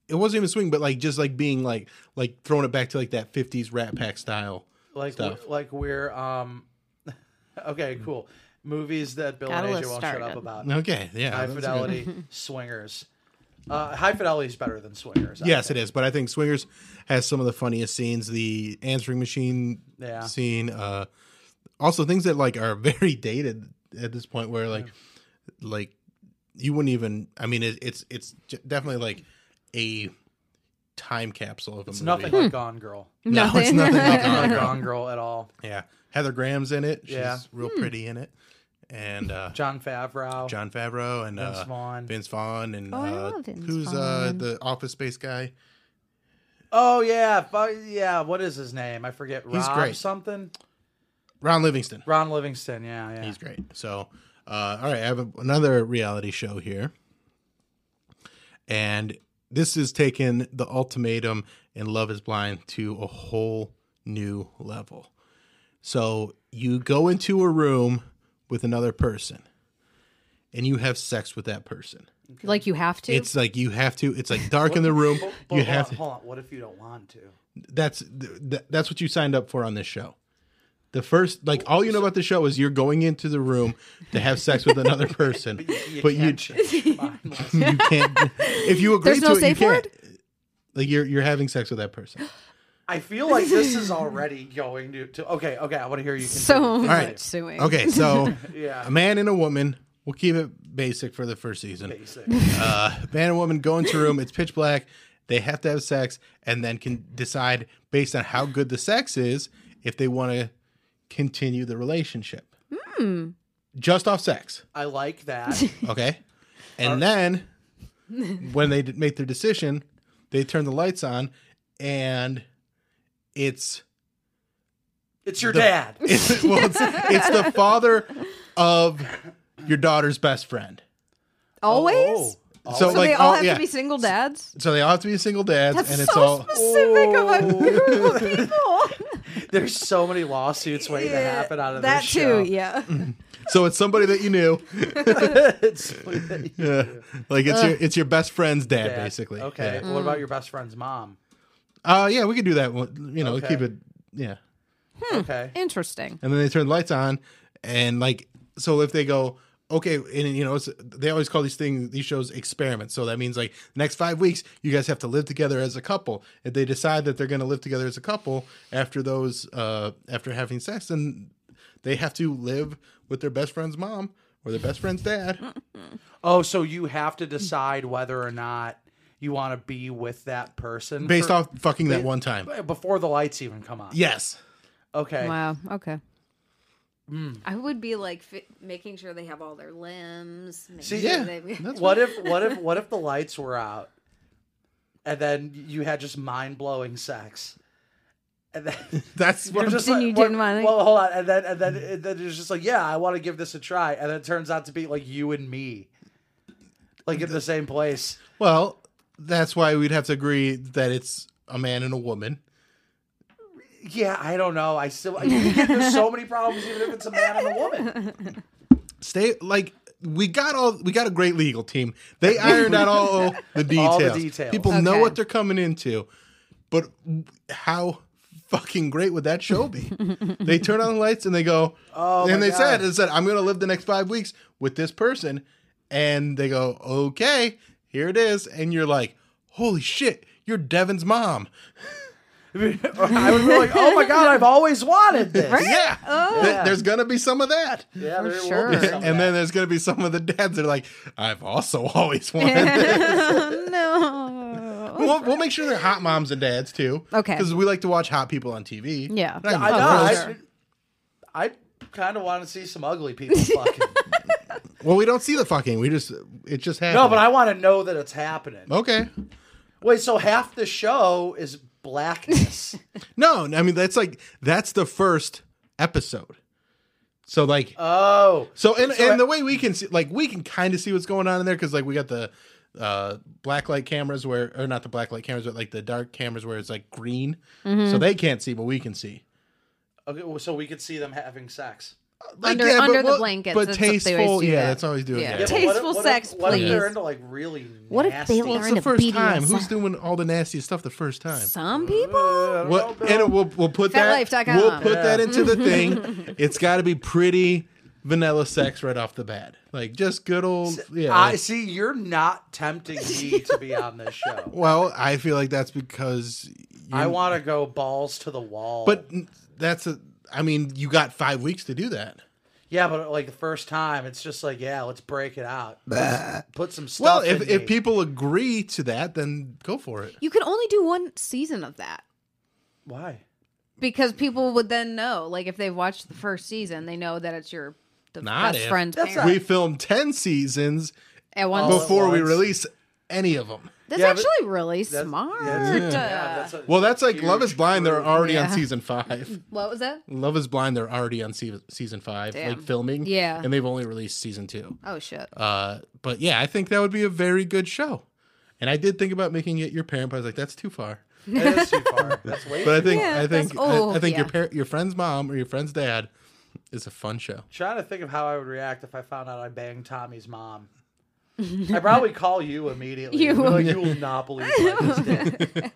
[SPEAKER 2] it wasn't even swing, but like just like being like like throwing it back to like that fifties Rat Pack style.
[SPEAKER 3] like
[SPEAKER 2] stuff.
[SPEAKER 3] we- like we're um okay cool movies that bill
[SPEAKER 4] Gotta
[SPEAKER 3] and
[SPEAKER 4] list
[SPEAKER 3] AJ won't shut up
[SPEAKER 4] started.
[SPEAKER 3] about
[SPEAKER 2] Okay, yeah,
[SPEAKER 3] high
[SPEAKER 2] that's good.
[SPEAKER 3] fidelity swingers uh high fidelity is better than swingers I
[SPEAKER 2] Yes, it
[SPEAKER 3] think.
[SPEAKER 2] is. But I think Swingers has some of the funniest scenes. The answering machine
[SPEAKER 3] Yeah.
[SPEAKER 2] scene. Uh, also, things that like are very dated at this point, where like, like you wouldn't even. I mean, it, it's it's j- definitely like a time capsule of a
[SPEAKER 3] it's
[SPEAKER 2] movie.
[SPEAKER 4] Hmm.
[SPEAKER 3] nothing like gone girl
[SPEAKER 2] No, it's nothing like Gone
[SPEAKER 3] not
[SPEAKER 2] Girl.
[SPEAKER 3] gone girl at all
[SPEAKER 2] Yeah, Heather Graham's in it. She's
[SPEAKER 3] Yeah.
[SPEAKER 2] real
[SPEAKER 4] Hmm.
[SPEAKER 2] pretty in it, and uh,
[SPEAKER 3] john favreau
[SPEAKER 2] John Favreau and
[SPEAKER 3] Vince
[SPEAKER 2] uh,
[SPEAKER 3] Vaughn.
[SPEAKER 2] Vince Vaughn, and
[SPEAKER 4] Oh, I
[SPEAKER 2] uh,
[SPEAKER 4] love Vince
[SPEAKER 2] who's uh,
[SPEAKER 4] Vaughn.
[SPEAKER 2] the Office Space guy.
[SPEAKER 3] oh yeah fu- yeah what is his name i forget rob
[SPEAKER 2] He's great.
[SPEAKER 3] something
[SPEAKER 2] Ron Livingston.
[SPEAKER 3] ron livingston yeah yeah
[SPEAKER 2] He's great. So, uh, all right, I have a, another reality show here, and this is taking the ultimatum and Love Is Blind to a whole new level. So you go into a room with another person, and you have sex with that person.
[SPEAKER 4] Like you have to.
[SPEAKER 2] It's like you have to. It's like dark in the room.
[SPEAKER 3] But- but
[SPEAKER 2] You
[SPEAKER 3] hold
[SPEAKER 2] have
[SPEAKER 3] on,
[SPEAKER 2] to.
[SPEAKER 3] hold on what if you don't want to
[SPEAKER 2] That's th- th- that's what you signed up for on this show. The first, like, all you know about the show is you're going into the room to have sex with another person, but you
[SPEAKER 3] can't change your mind unless-
[SPEAKER 2] you can't. If you
[SPEAKER 4] There's
[SPEAKER 2] agree to
[SPEAKER 4] no
[SPEAKER 2] it,
[SPEAKER 4] safe
[SPEAKER 2] you
[SPEAKER 4] word?
[SPEAKER 2] can't. Like you're you're having sex with that person.
[SPEAKER 3] i feel like this is already going to, to okay okay i want to hear you continue.
[SPEAKER 4] so much
[SPEAKER 2] right.
[SPEAKER 4] suing.
[SPEAKER 2] Okay, so
[SPEAKER 3] Yeah.
[SPEAKER 2] a man and a woman. We'll keep it basic for the first season.
[SPEAKER 3] basic
[SPEAKER 2] Uh, man and woman go into a room. It's pitch black. They have to have sex, and then can decide based on how good the sex is if they want to continue the relationship.
[SPEAKER 4] Hmm.
[SPEAKER 2] Just off sex.
[SPEAKER 3] I like that.
[SPEAKER 2] Okay. And then when they d- make their decision, they turn the lights on and it's
[SPEAKER 3] It's your
[SPEAKER 2] The-
[SPEAKER 3] dad.
[SPEAKER 2] it's, well, it's, it's the father of your daughter's best friend.
[SPEAKER 4] Always.
[SPEAKER 2] So,
[SPEAKER 4] So
[SPEAKER 2] like
[SPEAKER 4] they all
[SPEAKER 2] oh,
[SPEAKER 4] have
[SPEAKER 2] yeah.
[SPEAKER 4] to be single dads.
[SPEAKER 2] So they all have to be single dads
[SPEAKER 4] That's
[SPEAKER 2] and
[SPEAKER 4] so
[SPEAKER 2] it's all Oh.
[SPEAKER 4] specific of a group of people.
[SPEAKER 3] There's so many lawsuits waiting to happen out of
[SPEAKER 4] that
[SPEAKER 3] this
[SPEAKER 4] too.
[SPEAKER 3] show.
[SPEAKER 4] Yeah.
[SPEAKER 2] Mm. so it's somebody that you knew.
[SPEAKER 3] It's- Dad.
[SPEAKER 2] Yeah. Like it's your it's your best friend's dad, basically.
[SPEAKER 3] Okay.
[SPEAKER 2] Yeah.
[SPEAKER 3] What
[SPEAKER 4] Mm.
[SPEAKER 3] about your best friend's mom?
[SPEAKER 2] Uh yeah, we could do that one, you know,
[SPEAKER 3] Okay.
[SPEAKER 2] keep it yeah.
[SPEAKER 4] Hmm.
[SPEAKER 3] Okay.
[SPEAKER 4] Interesting.
[SPEAKER 2] and then they turn the lights on and like so if they go okay and you know it's, they always call these things these shows experiments so that means like next five weeks you guys have to live together as a couple if they decide that they're going to live together as a couple after those uh after having sex then they have to live with their best friend's mom or their best friend's dad
[SPEAKER 3] Oh, so you have to decide whether or not you want to be with that person
[SPEAKER 2] based
[SPEAKER 3] for-
[SPEAKER 2] off fucking that one time
[SPEAKER 3] before the lights even come on.
[SPEAKER 2] yes
[SPEAKER 3] Okay.
[SPEAKER 4] Wow. Okay.
[SPEAKER 2] Mm.
[SPEAKER 4] I would be like fi- making sure they have all their limbs. making
[SPEAKER 3] See,
[SPEAKER 4] sure
[SPEAKER 2] yeah,
[SPEAKER 4] they-
[SPEAKER 2] that's
[SPEAKER 3] What if what if what if the lights were out and then you had just mind blowing sex? And then
[SPEAKER 2] that's what
[SPEAKER 3] You're
[SPEAKER 2] I'm
[SPEAKER 3] just
[SPEAKER 4] And
[SPEAKER 3] like,
[SPEAKER 4] you
[SPEAKER 3] what-
[SPEAKER 4] didn't wanna-
[SPEAKER 3] Well, hold on, and then and then and then it's just like, yeah, I want to give this a try, and then it turns out to be like you and me, like in the same place.
[SPEAKER 2] well that's why we'd have to agree that it's a man and a woman
[SPEAKER 3] Yeah, I don't know. I still I, there's so many problems, even if it's a man and a woman.
[SPEAKER 2] stay like we got all we got a great legal team. They ironed out all the details.
[SPEAKER 3] All the details.
[SPEAKER 2] People know
[SPEAKER 4] Okay.
[SPEAKER 2] what they're coming into. But how fucking great would that show be? they turn on the lights and they go,
[SPEAKER 3] Oh,
[SPEAKER 2] and
[SPEAKER 3] my
[SPEAKER 2] they said,
[SPEAKER 3] God.
[SPEAKER 2] "It said I'm going to live the next five weeks with this person," and they go, "Okay, here it is," and you're like, "Holy shit, you're Devin's mom!"
[SPEAKER 3] I would be like, oh my god, I've always wanted this.
[SPEAKER 2] Yeah,
[SPEAKER 5] Oh.
[SPEAKER 2] Th- there's gonna be some of that.
[SPEAKER 3] Yeah, there will
[SPEAKER 4] sure.
[SPEAKER 3] be some of
[SPEAKER 2] And
[SPEAKER 3] that.
[SPEAKER 2] then there's gonna be some of the dads that are like, I've also always wanted.
[SPEAKER 4] no.
[SPEAKER 2] we'll, we'll make sure they're hot moms and dads too.
[SPEAKER 5] Okay.
[SPEAKER 2] Because we like to watch hot people on TV.
[SPEAKER 5] Yeah.
[SPEAKER 2] Not
[SPEAKER 3] I
[SPEAKER 2] even
[SPEAKER 3] know.
[SPEAKER 2] close.
[SPEAKER 3] I,
[SPEAKER 4] sure.
[SPEAKER 3] I kind of want to see some ugly people fucking.
[SPEAKER 2] Well, we don't see the fucking. We just it just happens.
[SPEAKER 3] no, but I want to know that it's happening.
[SPEAKER 2] okay.
[SPEAKER 3] Wait, so half the show is blackness.
[SPEAKER 2] No, I mean that's like that's the first episode. So like
[SPEAKER 3] oh,
[SPEAKER 2] so and
[SPEAKER 3] so I-
[SPEAKER 2] and the way we can see like we can kind of see what's going on in there because like we got the uh black light cameras where or not the black light cameras but like the dark cameras where it's like green
[SPEAKER 4] Mm-hmm.
[SPEAKER 2] so they can't see but we can see
[SPEAKER 3] okay, well, so we could see them having sex.
[SPEAKER 2] Like,
[SPEAKER 4] Under-
[SPEAKER 2] but
[SPEAKER 4] under the
[SPEAKER 2] what-
[SPEAKER 4] blankets,
[SPEAKER 2] but
[SPEAKER 4] that's what they always
[SPEAKER 2] tasteful
[SPEAKER 4] do
[SPEAKER 2] yeah
[SPEAKER 4] that.
[SPEAKER 2] that's always doing
[SPEAKER 4] Yeah.
[SPEAKER 2] yeah.
[SPEAKER 4] Yeah.
[SPEAKER 3] but what
[SPEAKER 5] Tasteful
[SPEAKER 3] if- what
[SPEAKER 5] sex,
[SPEAKER 3] if, what if
[SPEAKER 5] please.
[SPEAKER 3] they're into like really
[SPEAKER 5] What if
[SPEAKER 3] nasty?
[SPEAKER 5] they
[SPEAKER 2] Well, it's
[SPEAKER 5] Learn
[SPEAKER 2] the
[SPEAKER 5] to
[SPEAKER 2] first
[SPEAKER 5] BDSM.
[SPEAKER 2] time. Who's doing all the nasty stuff the first time?
[SPEAKER 5] Some people.
[SPEAKER 2] Well, and we'll, we'll put that
[SPEAKER 5] FatLife.com.
[SPEAKER 2] we'll put
[SPEAKER 3] Yeah.
[SPEAKER 2] that into the thing. it's got to be pretty vanilla sex right off the bat, like just good old yeah.
[SPEAKER 3] I
[SPEAKER 2] like-
[SPEAKER 3] see. You're not tempting me to be on this show.
[SPEAKER 2] well, I feel like that's because you,
[SPEAKER 3] I want to go balls to the wall.
[SPEAKER 2] but that's a. I mean, you got five weeks to do that.
[SPEAKER 3] yeah, but like the first time, it's just like, yeah, let's break it out. Put, put some stuff.
[SPEAKER 2] Well, if
[SPEAKER 3] in
[SPEAKER 2] if
[SPEAKER 3] me.
[SPEAKER 2] people agree to that, then go for it.
[SPEAKER 4] You could only do one season of that
[SPEAKER 3] why?
[SPEAKER 4] because people would then know. Like if they've watched the first season, they know that it's your the
[SPEAKER 2] Not
[SPEAKER 4] best
[SPEAKER 2] if.
[SPEAKER 4] friend's
[SPEAKER 3] That's
[SPEAKER 4] parent
[SPEAKER 2] We filmed ten seasons
[SPEAKER 4] at once.
[SPEAKER 3] All Oh, at
[SPEAKER 2] before we
[SPEAKER 3] once.
[SPEAKER 2] release any of them.
[SPEAKER 4] that's
[SPEAKER 3] Yeah, but-
[SPEAKER 4] actually really
[SPEAKER 3] That's-
[SPEAKER 4] smart.
[SPEAKER 3] yeah, that's- yeah, that's a-
[SPEAKER 2] Well, that's like Love
[SPEAKER 3] huge
[SPEAKER 2] is Blind. They're
[SPEAKER 3] group.
[SPEAKER 2] already on
[SPEAKER 4] Yeah.
[SPEAKER 2] season five.
[SPEAKER 4] what was that?
[SPEAKER 2] Love is Blind. They're already on se- season five,
[SPEAKER 4] Damn.
[SPEAKER 2] like filming.
[SPEAKER 4] Yeah.
[SPEAKER 2] and they've only released season two.
[SPEAKER 4] Oh shit.
[SPEAKER 2] Uh, but yeah, I think that would be a very good show. And I did think about making it your parent, but I was like, that's too far.
[SPEAKER 3] That is too far. That's way
[SPEAKER 2] But I think
[SPEAKER 4] Yeah,
[SPEAKER 2] I
[SPEAKER 4] that's-
[SPEAKER 2] think
[SPEAKER 4] oh,
[SPEAKER 2] I, I think your
[SPEAKER 4] yeah.
[SPEAKER 2] par- your friend's mom or your friend's dad is a fun show.
[SPEAKER 3] Trying to think of how I would react if I found out I banged Tommy's mom. I probably call you immediately.
[SPEAKER 4] You
[SPEAKER 3] You, like,
[SPEAKER 4] would.
[SPEAKER 3] you will not believe what I just did.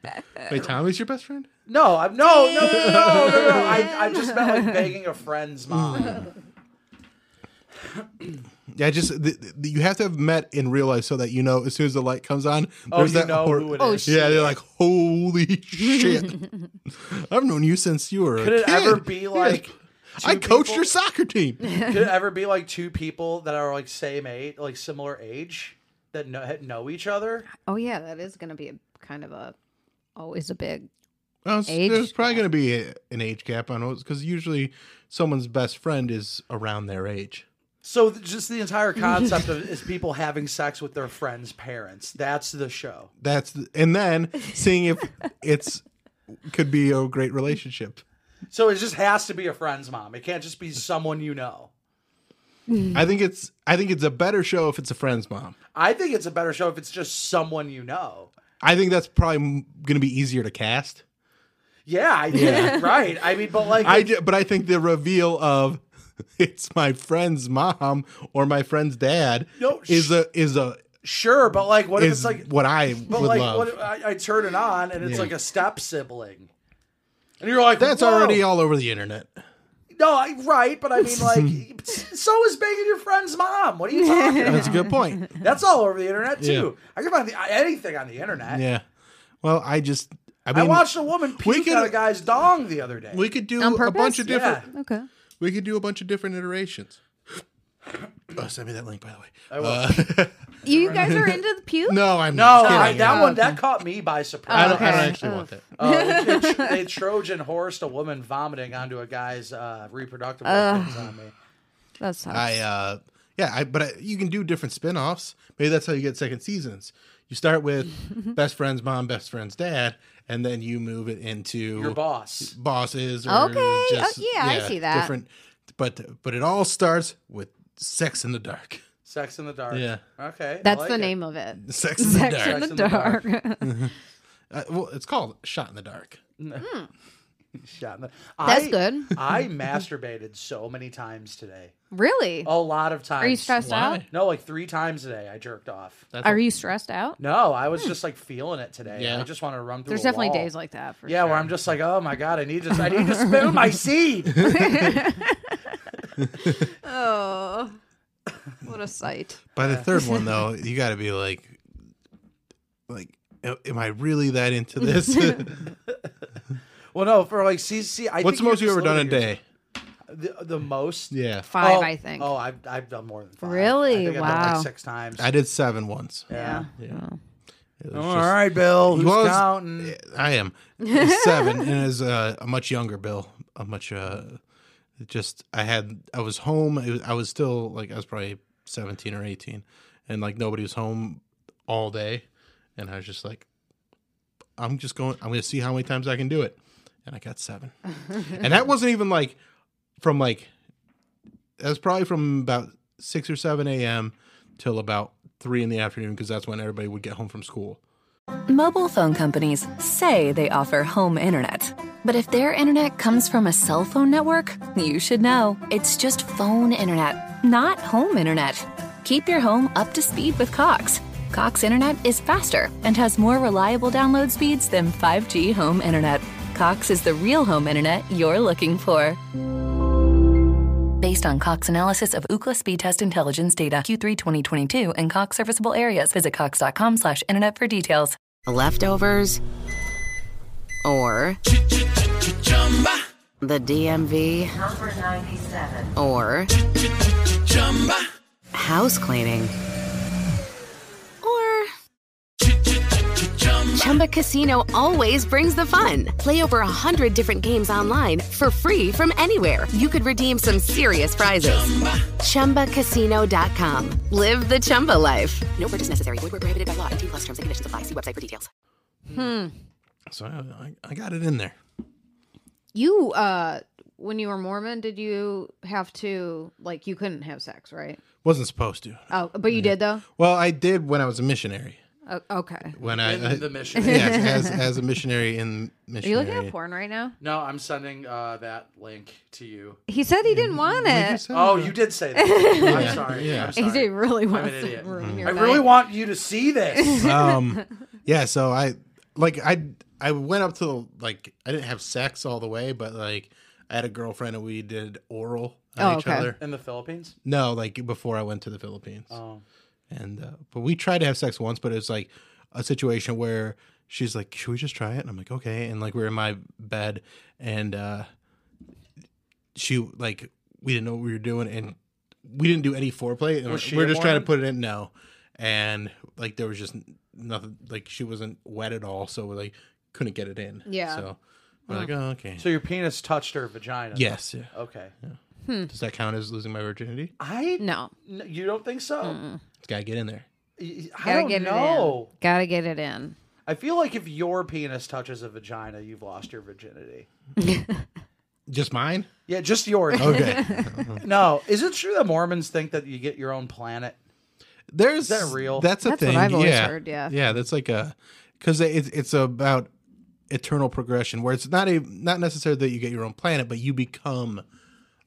[SPEAKER 2] Wait, Tommy's your best friend?
[SPEAKER 3] No, I'm no, no, no, no, no, no. I, I just meant like banging a friend's mom.
[SPEAKER 2] Yeah, just th- th- you have to have met in real life so that you know as soon as the light comes on.
[SPEAKER 3] Oh, you know
[SPEAKER 2] hor-
[SPEAKER 3] who it
[SPEAKER 4] Oh,
[SPEAKER 3] is.
[SPEAKER 2] yeah, they're like, holy shit! I've known you since you were.
[SPEAKER 3] Could
[SPEAKER 2] a
[SPEAKER 3] it ever
[SPEAKER 2] kid."
[SPEAKER 3] be
[SPEAKER 2] Yeah.
[SPEAKER 3] like?
[SPEAKER 2] I
[SPEAKER 3] two
[SPEAKER 2] coached
[SPEAKER 3] people-
[SPEAKER 2] your soccer team.
[SPEAKER 3] Could it ever be like two people that are like same age, like similar age, that know know each other?
[SPEAKER 4] Oh yeah, that is gonna be a kind of a always a big
[SPEAKER 2] Well, it's-
[SPEAKER 4] Age
[SPEAKER 2] there's probably going to be a, an age gap on those because usually someone's best friend is around their age.
[SPEAKER 3] So th- just the entire concept of is people having sex with their friends' parents. That's the show.
[SPEAKER 2] That's the, and then seeing if it's could be a great relationship.
[SPEAKER 3] So it just has to be a friend's mom. It can't just be someone you know.
[SPEAKER 2] I think it's I think it's a better show if it's a friend's mom.
[SPEAKER 3] I think it's a better show if it's just someone you know.
[SPEAKER 2] I think that's probably going to be easier to cast.
[SPEAKER 3] Yeah, I think right. I mean, but like,
[SPEAKER 2] I ju- but I think the reveal of it's my friend's mom or my friend's dad
[SPEAKER 3] No,
[SPEAKER 2] is a is a
[SPEAKER 3] sure, but like, what if
[SPEAKER 2] is
[SPEAKER 3] it's like,
[SPEAKER 2] what I
[SPEAKER 3] but
[SPEAKER 2] would
[SPEAKER 3] like,
[SPEAKER 2] love.
[SPEAKER 3] what if I, I turn it on and it's
[SPEAKER 2] Yeah.
[SPEAKER 3] like a step sibling, and you're like,
[SPEAKER 2] that's
[SPEAKER 3] "Whoa."
[SPEAKER 2] already all over the internet.
[SPEAKER 3] no, I, right? But I mean, like, so is banging your friend's mom. What are you talking
[SPEAKER 2] That's
[SPEAKER 3] about?
[SPEAKER 2] a good point.
[SPEAKER 3] That's all over the internet too. I can find the, anything on the internet.
[SPEAKER 2] Yeah. Well, I just I
[SPEAKER 3] I
[SPEAKER 2] mean
[SPEAKER 3] watched a woman
[SPEAKER 2] we
[SPEAKER 3] puke
[SPEAKER 2] could-
[SPEAKER 3] on a guy's dong the other day.
[SPEAKER 2] we could do
[SPEAKER 4] On
[SPEAKER 2] a
[SPEAKER 4] purpose?
[SPEAKER 2] bunch of different
[SPEAKER 3] yeah,
[SPEAKER 4] Okay.
[SPEAKER 2] we could do a bunch of different iterations. Oh, send me that link by the way.
[SPEAKER 3] I will.
[SPEAKER 2] Uh,
[SPEAKER 4] You guys are into the puke?
[SPEAKER 2] no, I'm
[SPEAKER 3] no,
[SPEAKER 2] not
[SPEAKER 3] I,
[SPEAKER 2] kidding.
[SPEAKER 3] that
[SPEAKER 5] Oh,
[SPEAKER 3] one that caught me by
[SPEAKER 2] I
[SPEAKER 3] surprise.
[SPEAKER 2] don't,
[SPEAKER 4] Okay.
[SPEAKER 2] I don't actually want that.
[SPEAKER 3] Uh, they, tr- they Trojan horsed a woman vomiting onto a guy's uh, reproductive organs on me.
[SPEAKER 4] That's not
[SPEAKER 2] I uh yeah, I but I, you can do different spin-offs. Maybe that's how you get second seasons. You start with best friend's mom, best friend's dad, and then you move it into
[SPEAKER 3] Your boss.
[SPEAKER 2] bosses or
[SPEAKER 4] Okay, oh,
[SPEAKER 2] just
[SPEAKER 4] yeah, I see that.
[SPEAKER 2] Different but but it all starts with sex in the dark.
[SPEAKER 3] Sex in the dark.
[SPEAKER 2] Yeah.
[SPEAKER 3] Okay. I
[SPEAKER 4] That's
[SPEAKER 3] like
[SPEAKER 4] the
[SPEAKER 3] it.
[SPEAKER 4] name of it.
[SPEAKER 2] Sex in the
[SPEAKER 4] Sex
[SPEAKER 2] dark.
[SPEAKER 4] in
[SPEAKER 3] Sex
[SPEAKER 4] the dark.
[SPEAKER 2] Uh, well, it's called Shot in the Dark.
[SPEAKER 3] Shot in the-
[SPEAKER 5] That's
[SPEAKER 3] I-
[SPEAKER 5] good.
[SPEAKER 3] I masturbated so many times today.
[SPEAKER 5] Really?
[SPEAKER 3] A lot of times.
[SPEAKER 5] Are you stressed out?
[SPEAKER 2] Why?
[SPEAKER 3] No, like three times today. I jerked off.
[SPEAKER 2] That's
[SPEAKER 5] Are you stressed out?
[SPEAKER 3] No, I was just like feeling it today.
[SPEAKER 2] Yeah.
[SPEAKER 3] I just want to run through.
[SPEAKER 5] Hmm. There's
[SPEAKER 3] a
[SPEAKER 5] definitely
[SPEAKER 3] wall.
[SPEAKER 5] days like that. For
[SPEAKER 3] yeah, where I'm just like, oh my god, I need to, I need to spill my seed.
[SPEAKER 5] Oh, what a sight.
[SPEAKER 2] By the third one, though, you got to be like, like, "Am- am I really that into this?
[SPEAKER 3] Well, no, for like, see, see, I
[SPEAKER 2] What's
[SPEAKER 3] think
[SPEAKER 2] the
[SPEAKER 3] you're
[SPEAKER 2] most you've
[SPEAKER 3] just
[SPEAKER 2] ever done a
[SPEAKER 3] limiting
[SPEAKER 2] day?
[SPEAKER 3] yourself- The, the most.
[SPEAKER 2] Yeah,
[SPEAKER 5] Five,
[SPEAKER 3] Oh,
[SPEAKER 5] I think.
[SPEAKER 3] Oh, I've I've done more than five.
[SPEAKER 5] Really?
[SPEAKER 3] I think I've done, like,
[SPEAKER 5] Wow.
[SPEAKER 3] six times.
[SPEAKER 2] I did seven once.
[SPEAKER 3] yeah.
[SPEAKER 2] It was
[SPEAKER 3] All
[SPEAKER 2] just-
[SPEAKER 3] right, Bill.
[SPEAKER 2] He
[SPEAKER 3] Who's
[SPEAKER 2] was-
[SPEAKER 3] counting?
[SPEAKER 2] I am It was seven, and as uh, a much younger Bill, a much uh, just I had I was home. It was, I was still like I was probably seventeen or eighteen, and like nobody was home all day, and I was just like, I'm just going. I'm going to see how many times I can do it, and I got seven, and that wasn't even like from like that was probably from about six or seven a.m. till about three in the afternoon because that's when everybody would get home from school.
[SPEAKER 6] Mobile phone companies say they offer home internet. But if their internet comes from a cell phone network, you should know. It's just phone internet, not home internet. Keep your home up to speed with Cox. Cox internet is faster and has more reliable download speeds than 5G home internet. Cox is the real home internet you're looking for. Based on Cox analysis of Ookla speed test intelligence data Q3 2022 and Cox serviceable areas, visit cox.com/internet slash internet for details.
[SPEAKER 7] leftovers, or the DMV, or house cleaning, or Chumba Casino always brings the fun. Play over a hundred different games online for free from anywhere. You could redeem some serious prizes. ChumbaCasino.com. Live the Chumba life. No purchase necessary. Void where prohibited by law. 18 plus terms and conditions apply. See website for details.
[SPEAKER 2] So I, I- I got it in there.
[SPEAKER 5] You, uh, when you were Mormon, did you have to like you couldn't have sex, right?
[SPEAKER 2] Wasn't supposed to.
[SPEAKER 5] Oh, but you did though.
[SPEAKER 2] Well, I did when I was a missionary.
[SPEAKER 5] O- okay.
[SPEAKER 2] When I, I
[SPEAKER 3] In the mission.
[SPEAKER 2] yes, as, as a missionary in
[SPEAKER 5] Are
[SPEAKER 2] missionary.
[SPEAKER 5] you looking at porn right now?
[SPEAKER 3] No, I'm sending uh, that link to you.
[SPEAKER 5] He said he didn't want it.
[SPEAKER 3] Oh, you did say that. I'm sorry.
[SPEAKER 2] Yeah.
[SPEAKER 3] I'm
[SPEAKER 5] He
[SPEAKER 3] sorry.
[SPEAKER 5] said he really wants
[SPEAKER 3] an
[SPEAKER 5] to
[SPEAKER 3] idiot.
[SPEAKER 2] Mm-hmm.
[SPEAKER 5] ruin
[SPEAKER 3] I
[SPEAKER 5] your
[SPEAKER 3] really
[SPEAKER 5] night.
[SPEAKER 3] want you to see this.
[SPEAKER 2] Um, yeah. So I like I I went up to like I didn't have sex all the way, but like I had a girlfriend and we did oral on
[SPEAKER 5] Oh,
[SPEAKER 2] each
[SPEAKER 5] okay.
[SPEAKER 2] other.
[SPEAKER 3] In the Philippines?
[SPEAKER 2] No, like before I went to the Philippines.
[SPEAKER 3] Oh.
[SPEAKER 2] and uh, but we tried to have sex once, but it was like a situation where she's like, "Should we just try it?" And I'm like, "Okay." And like we're in my bed, and uh, she like we didn't know what we were doing, and we didn't do any foreplay. And
[SPEAKER 3] Was she
[SPEAKER 2] we're
[SPEAKER 3] a
[SPEAKER 2] just trying to
[SPEAKER 3] Mormon?
[SPEAKER 2] put it in no, and like there was just nothing. Like she wasn't wet at all, so we like couldn't get it in.
[SPEAKER 5] Yeah.
[SPEAKER 2] So we're like, "Oh, okay."
[SPEAKER 3] So Hmm. your penis touched her vagina?
[SPEAKER 2] yes. Yeah.
[SPEAKER 3] Okay.
[SPEAKER 2] Does that count as losing my virginity?
[SPEAKER 3] I
[SPEAKER 5] No,
[SPEAKER 3] n- You don't think so?
[SPEAKER 2] Gotta get in there.
[SPEAKER 3] Y- y- I
[SPEAKER 5] gotta
[SPEAKER 3] don't
[SPEAKER 5] get
[SPEAKER 3] know.
[SPEAKER 5] it in. Gotta get it in.
[SPEAKER 3] I feel like if your penis touches a vagina, you've lost your virginity.
[SPEAKER 2] Just mine?
[SPEAKER 3] Yeah, just yours.
[SPEAKER 2] Okay.
[SPEAKER 3] no, is it true that Mormons think that you get your own planet?
[SPEAKER 2] There's
[SPEAKER 3] that real?
[SPEAKER 2] That's a
[SPEAKER 5] That's what
[SPEAKER 2] thing.
[SPEAKER 5] I've always
[SPEAKER 2] yeah.
[SPEAKER 5] heard, yeah.
[SPEAKER 2] yeah. That's like a because it's it's about eternal progression, where it's not a not necessarily that you get your own planet, but you become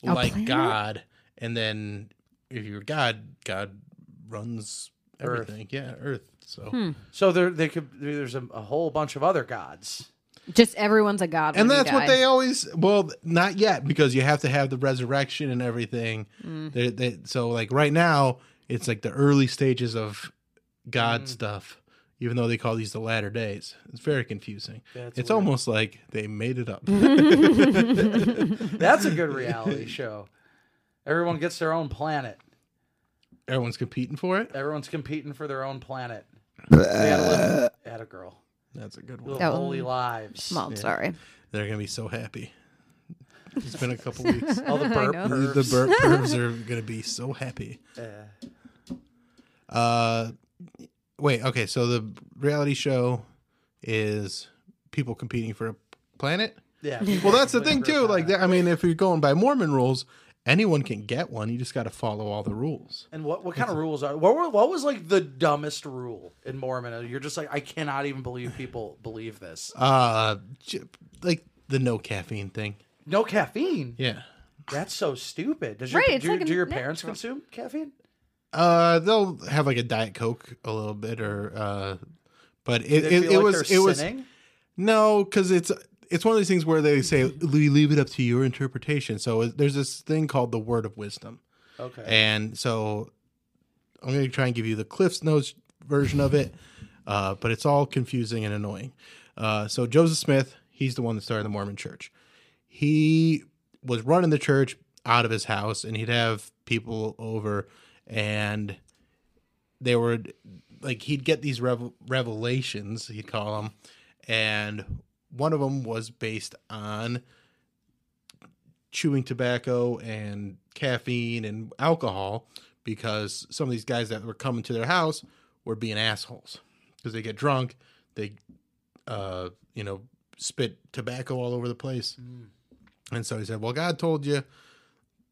[SPEAKER 2] like God, and then if you're God, God runs everything. Yeah, Earth. So
[SPEAKER 5] Hmm.
[SPEAKER 3] So there, they could. There's a, a whole bunch of other gods.
[SPEAKER 5] Just everyone's a god.
[SPEAKER 2] and
[SPEAKER 5] when you
[SPEAKER 2] that's what
[SPEAKER 5] die.
[SPEAKER 2] they always well not yet because you have to have the resurrection and everything
[SPEAKER 5] Mm.
[SPEAKER 2] they, they, so like right now it's like the early stages of god stuff even though they call these the latter days it's very confusing it's almost like they made it up
[SPEAKER 3] That's a good reality show. Everyone gets their own planet.
[SPEAKER 2] everyone's competing for it
[SPEAKER 3] Everyone's competing for their own planet. They gotta live- At a girl,
[SPEAKER 2] that's a good one
[SPEAKER 3] live
[SPEAKER 5] That
[SPEAKER 3] holy
[SPEAKER 5] one-
[SPEAKER 3] lives.
[SPEAKER 5] Well, I'm sorry.
[SPEAKER 2] they're gonna be so happy it's been a couple weeks
[SPEAKER 3] All the burp.
[SPEAKER 5] know.
[SPEAKER 3] pervs.
[SPEAKER 2] the burp pervs are gonna be so happy
[SPEAKER 3] Yeah.
[SPEAKER 2] Uh, wait. Okay, so the reality show is people competing for a planet.
[SPEAKER 3] Yeah.
[SPEAKER 2] Well, that's the thing too. Like, that- I mean, if you're going by Mormon rules, anyone can get one. You just got to follow all the rules.
[SPEAKER 3] And what, what kind of rules are what were, what was like the dumbest rule in Mormon? You're just like I cannot even believe people believe this.
[SPEAKER 2] Uh, j- like the no caffeine thing.
[SPEAKER 3] No caffeine.
[SPEAKER 2] Yeah.
[SPEAKER 3] That's so stupid. Does your,
[SPEAKER 5] Right, it's
[SPEAKER 3] do, your-
[SPEAKER 5] like
[SPEAKER 3] do
[SPEAKER 5] a
[SPEAKER 3] your parents
[SPEAKER 5] natural-
[SPEAKER 3] consume caffeine?
[SPEAKER 2] Uh, they'll have like a diet coke a little bit, or uh, but it
[SPEAKER 3] They
[SPEAKER 2] it,
[SPEAKER 3] feel
[SPEAKER 2] it
[SPEAKER 3] like
[SPEAKER 2] was
[SPEAKER 3] they're
[SPEAKER 2] it was
[SPEAKER 3] sinning?
[SPEAKER 2] no because it's it's one of these things where they say we leave it up to your interpretation. So it- there's this thing called the word of wisdom,
[SPEAKER 3] Okay.
[SPEAKER 2] and so I'm going to try and give you the Cliff's Notes version of it, uh, but it's all confusing and annoying. Uh, so Joseph Smith, he's the one that started the Mormon Church. He was running the church out of his house, and he'd have people over, and they were like he'd get these revel- revelations, he'd call them, and one of them was based on chewing tobacco and caffeine and alcohol because some of these guys that were coming to their house were being assholes because they get drunk, they, uh, you know, spit tobacco all over the place. And so he said, Well, God told you,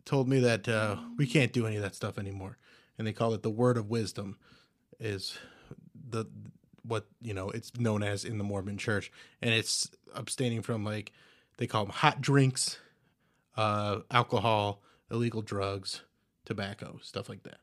[SPEAKER 2] told me that uh, we can't do any of that stuff anymore. And they call it the word of wisdom, is the what you know it's known as in the Mormon church. And it's abstaining from like they call them hot drinks, uh, alcohol, illegal drugs, tobacco, stuff like that.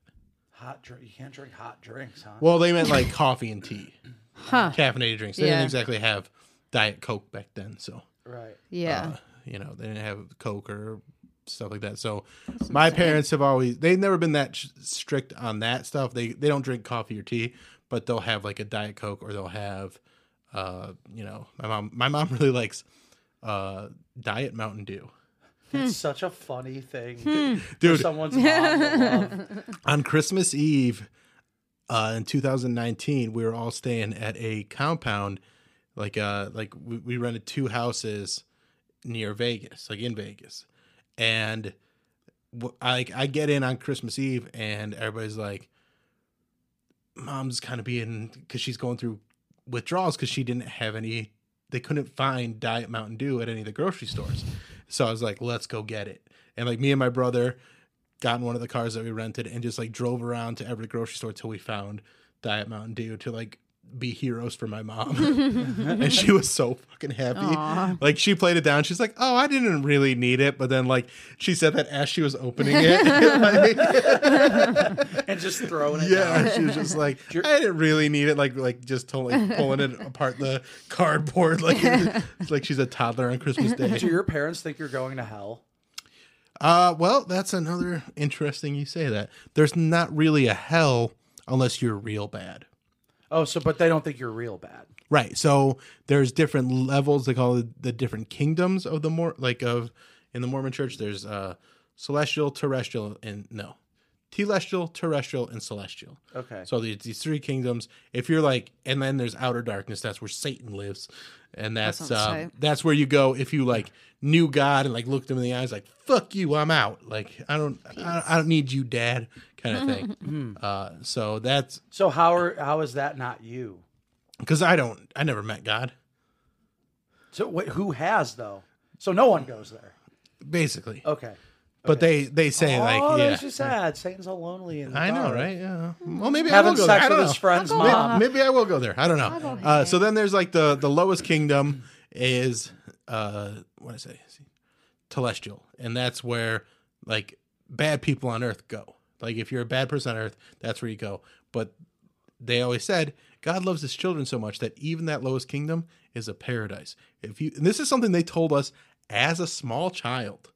[SPEAKER 3] Hot drink. You can't drink hot drinks, huh?
[SPEAKER 2] Well, they meant like coffee and tea,
[SPEAKER 5] Huh.
[SPEAKER 2] caffeinated drinks. They
[SPEAKER 5] Yeah.
[SPEAKER 2] didn't exactly have Diet Coke back then, so
[SPEAKER 3] right.
[SPEAKER 2] Uh,
[SPEAKER 5] Yeah.
[SPEAKER 2] you know they didn't have Coke or stuff like that. So my parents have always they've never been that sh- strict on that stuff. They they don't drink coffee or tea, but they'll have like a Diet Coke or they'll have, uh, you know, my mom my mom really likes, uh, Diet Mountain Dew.
[SPEAKER 5] Hmm.
[SPEAKER 3] It's such a funny thing. for
[SPEAKER 2] Dude,
[SPEAKER 3] someone's mom to love.
[SPEAKER 2] on Christmas Eve uh, in 2019, we were all staying at a compound, like uh, like we, we rented two houses near Vegas, like in Vegas, and wh- I like, I get in on Christmas Eve, and everybody's like, "Mom's kind of being because she's going through withdrawals because she didn't have any. They couldn't find Diet Mountain Dew at any of the grocery stores, so I was like, let's go get it." And like me and my brother got in one of the cars that we rented and just like drove around to every grocery store till we found Diet Mountain Dew to like be heroes for my mom. and she was so fucking happy. Like she played it down. She's like, "Oh, I didn't really need it," but then like she said that as she was opening it. like,
[SPEAKER 3] and just throwing it down.
[SPEAKER 2] yeah, she was just like, "I didn't really need it." Like like just totally pulling it apart the cardboard like it's like she's a toddler on Christmas
[SPEAKER 3] Do
[SPEAKER 2] Day.
[SPEAKER 3] your parents think you're going to hell?
[SPEAKER 2] Uh, well, that's another interesting you say that. There's not really a hell unless you're real bad.
[SPEAKER 3] Oh, so but they don't think you're real bad.
[SPEAKER 2] Right. So there's different levels. They call it the different kingdoms of the more like of in the Mormon Church. There's uh celestial, terrestrial, and no, telestial, terrestrial, and celestial.
[SPEAKER 3] Okay.
[SPEAKER 2] So there's these three kingdoms. If you're like, and then there's outer darkness. That's where Satan lives, and that's
[SPEAKER 5] sounds
[SPEAKER 2] uh,
[SPEAKER 5] tight.
[SPEAKER 2] that's where you go if you like knew God and like looked him in the eyes, like fuck you, I'm out. Like I don't, I, I don't need you, Dad, kind of
[SPEAKER 3] Hmm.
[SPEAKER 2] thing. uh, so that's
[SPEAKER 3] So how are how is that not you?
[SPEAKER 2] because I don't, I never met God.
[SPEAKER 3] So what, who has though? So no one goes there.
[SPEAKER 2] Basically,
[SPEAKER 3] Oh, Okay.
[SPEAKER 2] But they they say
[SPEAKER 3] oh,
[SPEAKER 2] like yeah.
[SPEAKER 3] that's just sad. Satan's all lonely in the
[SPEAKER 2] I know,
[SPEAKER 3] dark.
[SPEAKER 2] right? Yeah. Well, maybe I
[SPEAKER 3] Having
[SPEAKER 2] will go
[SPEAKER 3] sex
[SPEAKER 2] there. I
[SPEAKER 3] with
[SPEAKER 2] don't
[SPEAKER 3] his
[SPEAKER 2] know.
[SPEAKER 3] friend's
[SPEAKER 2] May-
[SPEAKER 3] mom.
[SPEAKER 2] Maybe I will go there. I don't know. Uh, so then there's like the the lowest kingdom is uh what is it? Telestial, and that's where like bad people on Earth go. Like if you're a bad person on Earth, that's where you go. But they always said God loves His children so much that even that lowest kingdom is a paradise. If you, and this is something they told us as a small child.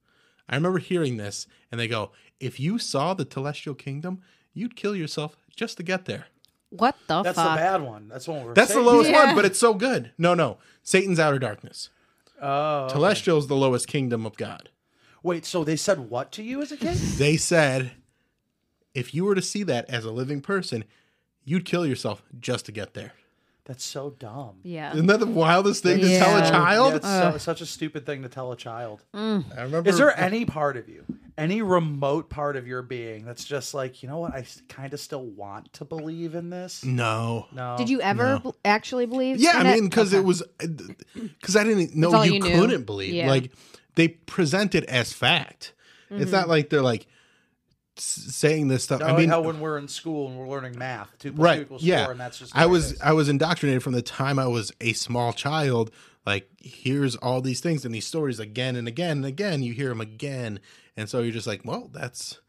[SPEAKER 2] I remember hearing this, and they go, "If you saw the Telestial Kingdom, you'd kill yourself just to get there."
[SPEAKER 5] What the
[SPEAKER 3] That's
[SPEAKER 5] Oh, fuck?
[SPEAKER 3] the bad one. That's the one we're
[SPEAKER 2] That's
[SPEAKER 3] Satan.
[SPEAKER 2] the lowest one, but it's so good. No, no, Satan's outer darkness.
[SPEAKER 3] Oh.
[SPEAKER 2] Telestial is the lowest kingdom of God.
[SPEAKER 3] Wait, so they said what to you as a kid?
[SPEAKER 2] They said, if you were to see that as a living person, you'd kill yourself just to get there.
[SPEAKER 3] That's so dumb.
[SPEAKER 5] yeah. Uh,
[SPEAKER 2] Isn't that the wildest thing to tell a
[SPEAKER 5] Yeah.
[SPEAKER 2] child?
[SPEAKER 3] Yeah, it's so, such a stupid thing to tell a child.
[SPEAKER 5] Mm-hmm.
[SPEAKER 2] I remember.
[SPEAKER 3] Is there any part of you, any remote part of your being that's just like, you know what? I kind of still want to believe in
[SPEAKER 2] Mm,
[SPEAKER 3] this.
[SPEAKER 2] no.
[SPEAKER 3] No.
[SPEAKER 5] Did you ever bl- actually believe?
[SPEAKER 2] Yeah,
[SPEAKER 5] in
[SPEAKER 2] I mean, because it was, because I didn't know
[SPEAKER 5] all
[SPEAKER 2] you,
[SPEAKER 5] you knew.
[SPEAKER 2] couldn't believe.
[SPEAKER 5] Yeah.
[SPEAKER 2] Like they present it as fact. It's
[SPEAKER 5] Mm-hmm.
[SPEAKER 2] not like they're like s- saying this stuff.
[SPEAKER 3] No,
[SPEAKER 2] I mean,
[SPEAKER 3] how when we're in school and we're learning math, two plus two
[SPEAKER 2] right?
[SPEAKER 3] equals
[SPEAKER 2] Yeah,
[SPEAKER 3] four, and that's just the
[SPEAKER 2] I
[SPEAKER 3] way it
[SPEAKER 2] was
[SPEAKER 3] is.
[SPEAKER 2] I was indoctrinated from the time I was a small child like hears all these things and these stories again and again and again. You hear them again, and so you're just like, well, that's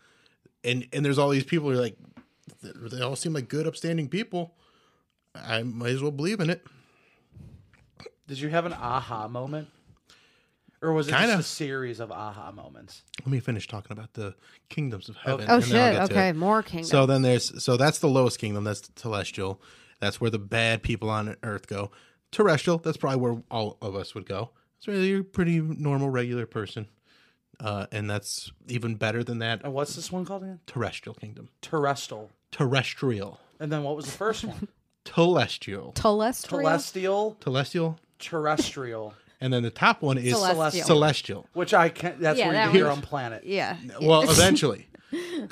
[SPEAKER 2] and and there's all these people who are like, they all seem like good, upstanding people. I might as well believe in it.
[SPEAKER 3] Did you have an aha moment? Or was it
[SPEAKER 2] Kind
[SPEAKER 3] just
[SPEAKER 2] of.
[SPEAKER 3] a series of aha moments?
[SPEAKER 2] Let me finish talking about the kingdoms of heaven.
[SPEAKER 5] Oh
[SPEAKER 2] and then I'll
[SPEAKER 5] shit.
[SPEAKER 2] get to
[SPEAKER 5] Okay,
[SPEAKER 2] it.
[SPEAKER 5] more kingdom.
[SPEAKER 2] So then there's so that's the lowest kingdom. That's celestial. That's where the bad people on Earth go. Terrestrial. That's probably where all of us would go. So you're a pretty normal, regular person, uh, and that's even better than that.
[SPEAKER 3] And what's this one called again?
[SPEAKER 2] Terrestrial kingdom.
[SPEAKER 3] Terrestrial.
[SPEAKER 2] Terrestrial.
[SPEAKER 3] And then what was the first one?
[SPEAKER 2] Telestial.
[SPEAKER 5] Telestial.
[SPEAKER 3] Telestial,
[SPEAKER 2] Telestial.
[SPEAKER 3] terrestrial.
[SPEAKER 2] And then the top one is
[SPEAKER 5] Celestial.
[SPEAKER 2] celestial.
[SPEAKER 3] Which I can That's
[SPEAKER 4] Yeah,
[SPEAKER 3] where you
[SPEAKER 4] that
[SPEAKER 3] get your
[SPEAKER 4] one.
[SPEAKER 3] own planet.
[SPEAKER 5] yeah.
[SPEAKER 2] Well, eventually.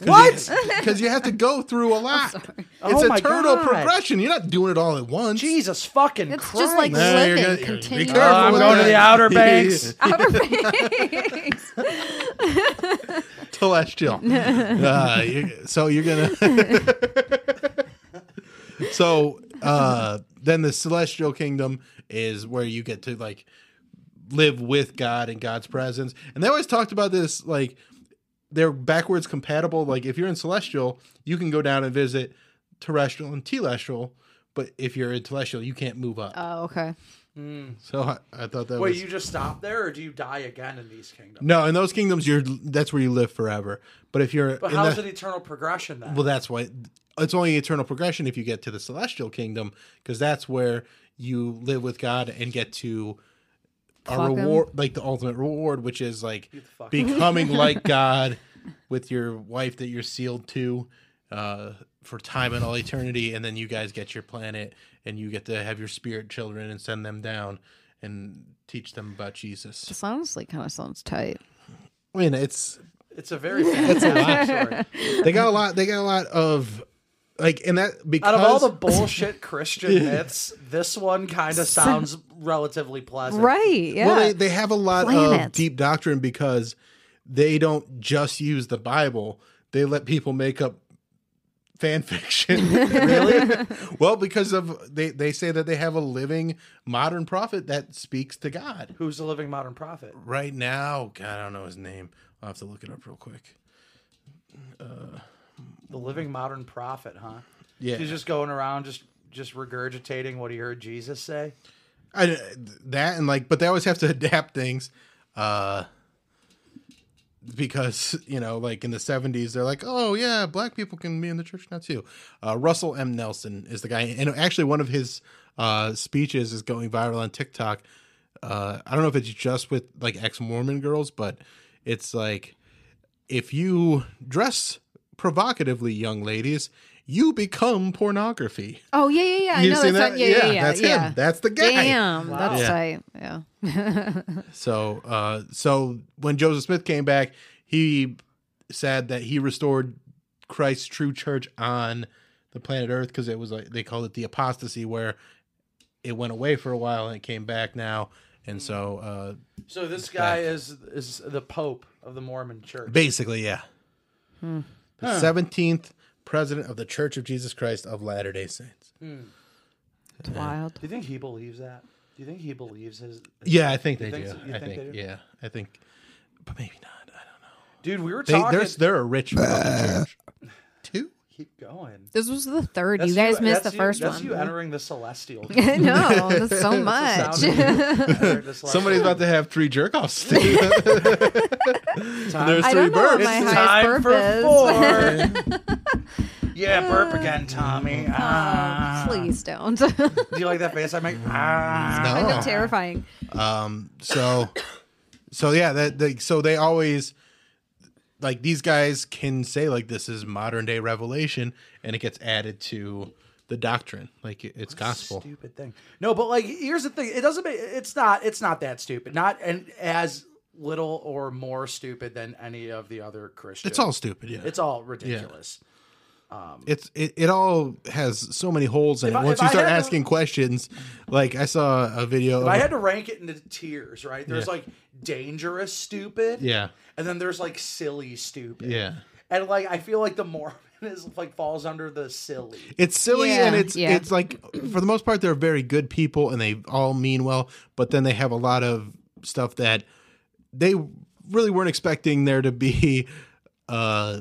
[SPEAKER 3] What?
[SPEAKER 2] Because you have to go through a lot. It's
[SPEAKER 3] Oh my
[SPEAKER 2] a turtle
[SPEAKER 3] God.
[SPEAKER 2] progression. You're not doing it all at once.
[SPEAKER 3] Jesus fucking
[SPEAKER 5] It's
[SPEAKER 3] Christ.
[SPEAKER 5] just like
[SPEAKER 2] Nah, you're
[SPEAKER 5] living
[SPEAKER 2] gonna- you're- be
[SPEAKER 5] continually.
[SPEAKER 2] careful
[SPEAKER 3] I'm
[SPEAKER 2] with
[SPEAKER 3] going to
[SPEAKER 2] that.
[SPEAKER 3] the Outer Banks.
[SPEAKER 2] celestial. uh, you- so you're gonna. so uh, then the celestial kingdom is where you get to like live with God and God's presence, and they always talked about this like they're backwards compatible. Like if you're in celestial, you can go down and visit terrestrial and telestial. But if you're in telestial, you can't move up.
[SPEAKER 5] Oh, okay.
[SPEAKER 2] so I, I thought that
[SPEAKER 3] Wait,
[SPEAKER 2] was
[SPEAKER 3] you just stop there, or do you die again in these kingdoms?
[SPEAKER 2] no. In those kingdoms, you're that's where you live forever. But if you're
[SPEAKER 3] But
[SPEAKER 2] in
[SPEAKER 3] how's
[SPEAKER 2] the-
[SPEAKER 3] it eternal progression then?
[SPEAKER 2] Well, that's why it's only eternal progression if you get to the celestial kingdom, because that's where you live with God and get to a
[SPEAKER 5] Fuck 'em.
[SPEAKER 2] reward, like the ultimate reward, which is like
[SPEAKER 3] fuck 'em.
[SPEAKER 2] becoming like God with your wife that you're sealed to uh, for time and all eternity, and then you guys get your planet and you get to have your spirit children and send them down and teach them about Jesus.
[SPEAKER 5] This honestly kind of sounds tight.
[SPEAKER 2] I mean, it's
[SPEAKER 3] it's a very fantastic story.
[SPEAKER 2] they got a lot. They got a lot of like, and that because
[SPEAKER 3] Out of all the bullshit Christian myths, this one kind of sounds relatively pleasant.
[SPEAKER 5] Right. Yeah.
[SPEAKER 2] Well, they, they have a lot of
[SPEAKER 5] Planets.
[SPEAKER 2] deep doctrine because they don't just use the Bible. They let people make up fan fiction. really? well, because of they, they say that they have a living modern prophet that speaks to God.
[SPEAKER 3] Who's the living modern prophet?
[SPEAKER 2] Right now, God, I don't know his name. I'll have to look it up real quick.
[SPEAKER 3] The living modern prophet, huh?
[SPEAKER 2] Yeah.
[SPEAKER 3] He's just going around just just regurgitating what he heard Jesus say.
[SPEAKER 2] I, that and like, but they always have to adapt things, uh, because you know, like in the seventies, they're like, oh yeah, black people can be in the church now too. Uh, Russell M. Nelson is the guy, and actually, one of his uh, speeches is going viral on TikTok. Uh, I don't know if it's just with like ex Mormon girls, but it's like if you dress provocatively, young ladies, you become pornography.
[SPEAKER 5] oh yeah, yeah, yeah. I
[SPEAKER 2] You've
[SPEAKER 5] know
[SPEAKER 2] seen
[SPEAKER 5] that's
[SPEAKER 2] that?
[SPEAKER 5] not, yeah, yeah,
[SPEAKER 2] Yeah,
[SPEAKER 5] yeah.
[SPEAKER 2] that's him.
[SPEAKER 5] yeah.
[SPEAKER 2] That's the guy.
[SPEAKER 5] Damn, that's
[SPEAKER 2] Yeah.
[SPEAKER 5] tight. Yeah.
[SPEAKER 2] So, uh, so when Joseph Smith came back, he said that he restored Christ's true church on the planet Earth because it was like they called it the apostasy, where it went away for a while and it came back now. And
[SPEAKER 3] Hmm.
[SPEAKER 2] so, uh,
[SPEAKER 3] So this guy is is the Pope of the Mormon Church.
[SPEAKER 2] basically, yeah,
[SPEAKER 3] Hmm.
[SPEAKER 2] the seventeenth president of the Church of Jesus Christ of Latter Day Saints.
[SPEAKER 3] Hmm.
[SPEAKER 5] It's wild.
[SPEAKER 3] Do you think he believes that? Do you think he believes his?
[SPEAKER 2] Yeah, I think they
[SPEAKER 3] think
[SPEAKER 2] do.
[SPEAKER 3] so? You
[SPEAKER 2] I
[SPEAKER 3] think
[SPEAKER 2] think,
[SPEAKER 3] they do?
[SPEAKER 2] yeah, I think, but maybe not.
[SPEAKER 3] Dude, we were
[SPEAKER 2] They,
[SPEAKER 3] talking.
[SPEAKER 2] they're they're a rich fucking church. Two.
[SPEAKER 3] Keep going.
[SPEAKER 5] This was the third.
[SPEAKER 3] That's
[SPEAKER 5] you guys missed
[SPEAKER 3] that's
[SPEAKER 5] the first
[SPEAKER 3] you, That's you
[SPEAKER 5] one.
[SPEAKER 3] entering the celestial.
[SPEAKER 5] no, that's so much.
[SPEAKER 3] Sound of you entering the celestial.
[SPEAKER 2] Somebody's about to have three jerk offs.
[SPEAKER 3] Time.
[SPEAKER 2] There's
[SPEAKER 5] I
[SPEAKER 2] three
[SPEAKER 5] don't know what
[SPEAKER 2] birds.
[SPEAKER 5] my
[SPEAKER 3] It's
[SPEAKER 5] highest
[SPEAKER 3] time
[SPEAKER 5] purpose.
[SPEAKER 3] for four. yeah, burp again, Tommy. Ah.
[SPEAKER 5] Please don't. kind
[SPEAKER 3] Do you like that face I make? Ah.
[SPEAKER 5] of terrifying.
[SPEAKER 2] so so yeah that they, so they always like these guys can say like this is modern day revelation and it gets added to the doctrine like it- it's gospel
[SPEAKER 3] Stupid thing. No, but like, here's the thing. It doesn't. Make, it's not. It's not that stupid. Not and as little or more stupid than any of the other Christians.
[SPEAKER 2] it's all stupid yeah
[SPEAKER 3] It's all ridiculous.
[SPEAKER 2] it's it, it all has so many holes in
[SPEAKER 3] If
[SPEAKER 2] it
[SPEAKER 3] I-
[SPEAKER 2] once
[SPEAKER 3] if
[SPEAKER 2] you
[SPEAKER 3] I
[SPEAKER 2] start
[SPEAKER 3] had to-
[SPEAKER 2] asking questions like i saw a video of
[SPEAKER 3] If I
[SPEAKER 2] a-
[SPEAKER 3] had to rank it into tiers, right? There's like dangerous stupid.
[SPEAKER 2] yeah
[SPEAKER 3] And then there's like silly stupid.
[SPEAKER 2] yeah
[SPEAKER 3] And like I feel like the Mormon is like falls under the silly.
[SPEAKER 2] It's silly and
[SPEAKER 5] Yeah,
[SPEAKER 2] it's
[SPEAKER 5] yeah.
[SPEAKER 2] it's like for the most part they're very good people and they all mean well, but then they have a lot of stuff that they really weren't expecting there to be uh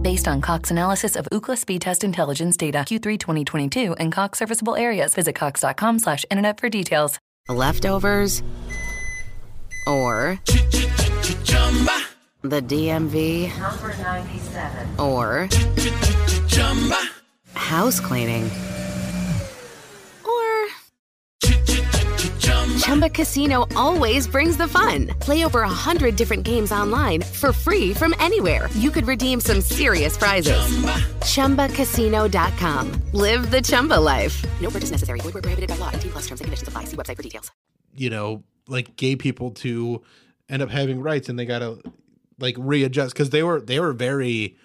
[SPEAKER 6] Based on Cox analysis of Ookla speed test intelligence data Q3 2022 and Cox serviceable areas, visit cox.com/internet slash internet for details.
[SPEAKER 7] Leftovers or the DMV or house cleaning or Chumba Casino always brings the fun. Play over a hundred different games online for free from anywhere. You could redeem some serious prizes. ChumbaCasino.com. Live the Chumba life. No purchase necessary. Void where prohibited by law. T plus terms and conditions apply. See website for details.
[SPEAKER 2] you know, like gay people to end up having rights and they got to like readjust cuz they were they were very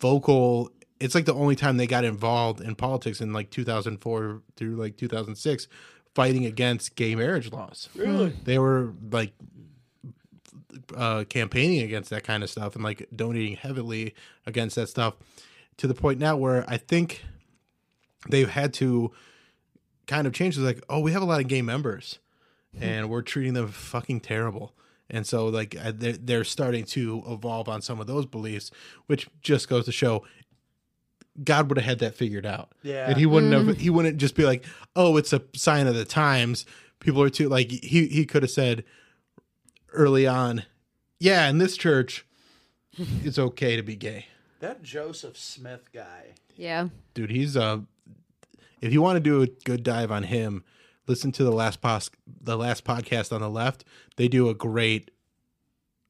[SPEAKER 2] vocal. It's like the only time they got involved in politics in like 2004 through like 2006 fighting against gay marriage laws. Really? They were like uh campaigning against that kind of stuff and like donating heavily against that stuff to the point now where I think they've had to kind of change. It's like, oh, we have a lot of gay members and we're treating them fucking terrible. And so, like, uh, they're, they're starting to evolve on some of those beliefs, which just goes to show God would have had that figured out.
[SPEAKER 3] Yeah.
[SPEAKER 2] And he wouldn't have, he wouldn't just be like, oh, it's a sign of the times. People are too, like, he, he could have said early on, yeah, in this church, it's okay to be gay.
[SPEAKER 3] That Joseph Smith guy.
[SPEAKER 5] Yeah.
[SPEAKER 2] Dude, he's, uh, if you want to do a good dive on him, listen to the last pos- the last podcast on the left. They do a great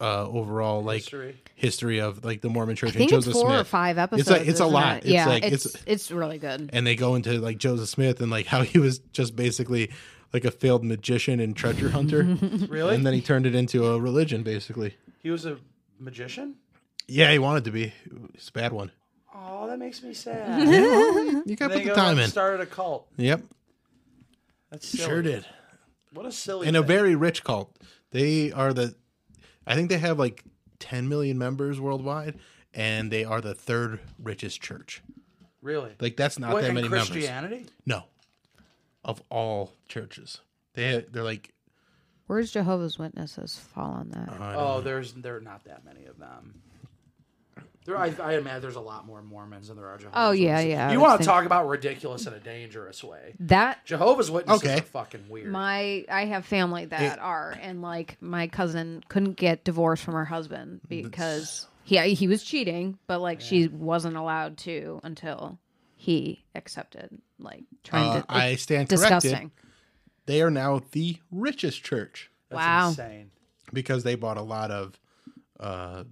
[SPEAKER 2] uh overall like
[SPEAKER 3] History.
[SPEAKER 2] history of like the Mormon
[SPEAKER 5] I
[SPEAKER 2] Church and
[SPEAKER 5] think it's
[SPEAKER 2] Joseph
[SPEAKER 5] four
[SPEAKER 2] Smith.
[SPEAKER 5] or five episodes.
[SPEAKER 2] It's like it's a
[SPEAKER 5] isn't
[SPEAKER 2] lot.
[SPEAKER 5] it?
[SPEAKER 2] It's
[SPEAKER 5] yeah,
[SPEAKER 2] like
[SPEAKER 5] it's,
[SPEAKER 2] it's,
[SPEAKER 5] it's really good.
[SPEAKER 2] and they go into like Joseph Smith and like how he was just basically like a failed magician and treasure hunter.
[SPEAKER 3] Really?
[SPEAKER 2] And then he turned it into a religion basically.
[SPEAKER 3] he was a magician?
[SPEAKER 2] Yeah, he wanted to be. It's a bad one.
[SPEAKER 3] Oh, that makes me sad.
[SPEAKER 2] You gotta
[SPEAKER 3] They
[SPEAKER 2] put the
[SPEAKER 3] go
[SPEAKER 2] time
[SPEAKER 3] and
[SPEAKER 2] in.
[SPEAKER 3] Started a cult.
[SPEAKER 2] Yep.
[SPEAKER 3] That's silly.
[SPEAKER 2] Sure did.
[SPEAKER 3] What a silly.
[SPEAKER 2] and a
[SPEAKER 3] thing.
[SPEAKER 2] very rich cult. They are the, I think they have like 10 million members worldwide, and they are the third richest church.
[SPEAKER 3] really
[SPEAKER 2] Like that's not
[SPEAKER 3] What,
[SPEAKER 2] that
[SPEAKER 3] and
[SPEAKER 2] many members.
[SPEAKER 3] Christianity.
[SPEAKER 2] No, of all churches, they they're like
[SPEAKER 5] Where's Jehovah's Witnesses fall on that?
[SPEAKER 2] Uh,
[SPEAKER 3] Oh, there's there are not that many of them. There, I, I imagine there's a lot more Mormons than there are Jehovah's.
[SPEAKER 5] Oh, yeah,
[SPEAKER 3] Witnesses.
[SPEAKER 5] yeah, I
[SPEAKER 3] You
[SPEAKER 5] would
[SPEAKER 3] want to
[SPEAKER 5] think-
[SPEAKER 3] talk about ridiculous in a dangerous way?
[SPEAKER 5] that
[SPEAKER 3] Jehovah's Witnesses
[SPEAKER 2] Okay.
[SPEAKER 3] are fucking weird.
[SPEAKER 5] my I have family that are and like my cousin couldn't get divorced from her husband because he he was cheating, but like she wasn't allowed to until he accepted like trying
[SPEAKER 2] Uh,
[SPEAKER 5] to
[SPEAKER 2] I
[SPEAKER 5] it's
[SPEAKER 2] stand corrected.
[SPEAKER 5] disgusting.
[SPEAKER 2] they are now the richest church
[SPEAKER 3] That's
[SPEAKER 5] wow.
[SPEAKER 3] insane.
[SPEAKER 2] because they bought a lot of, uh,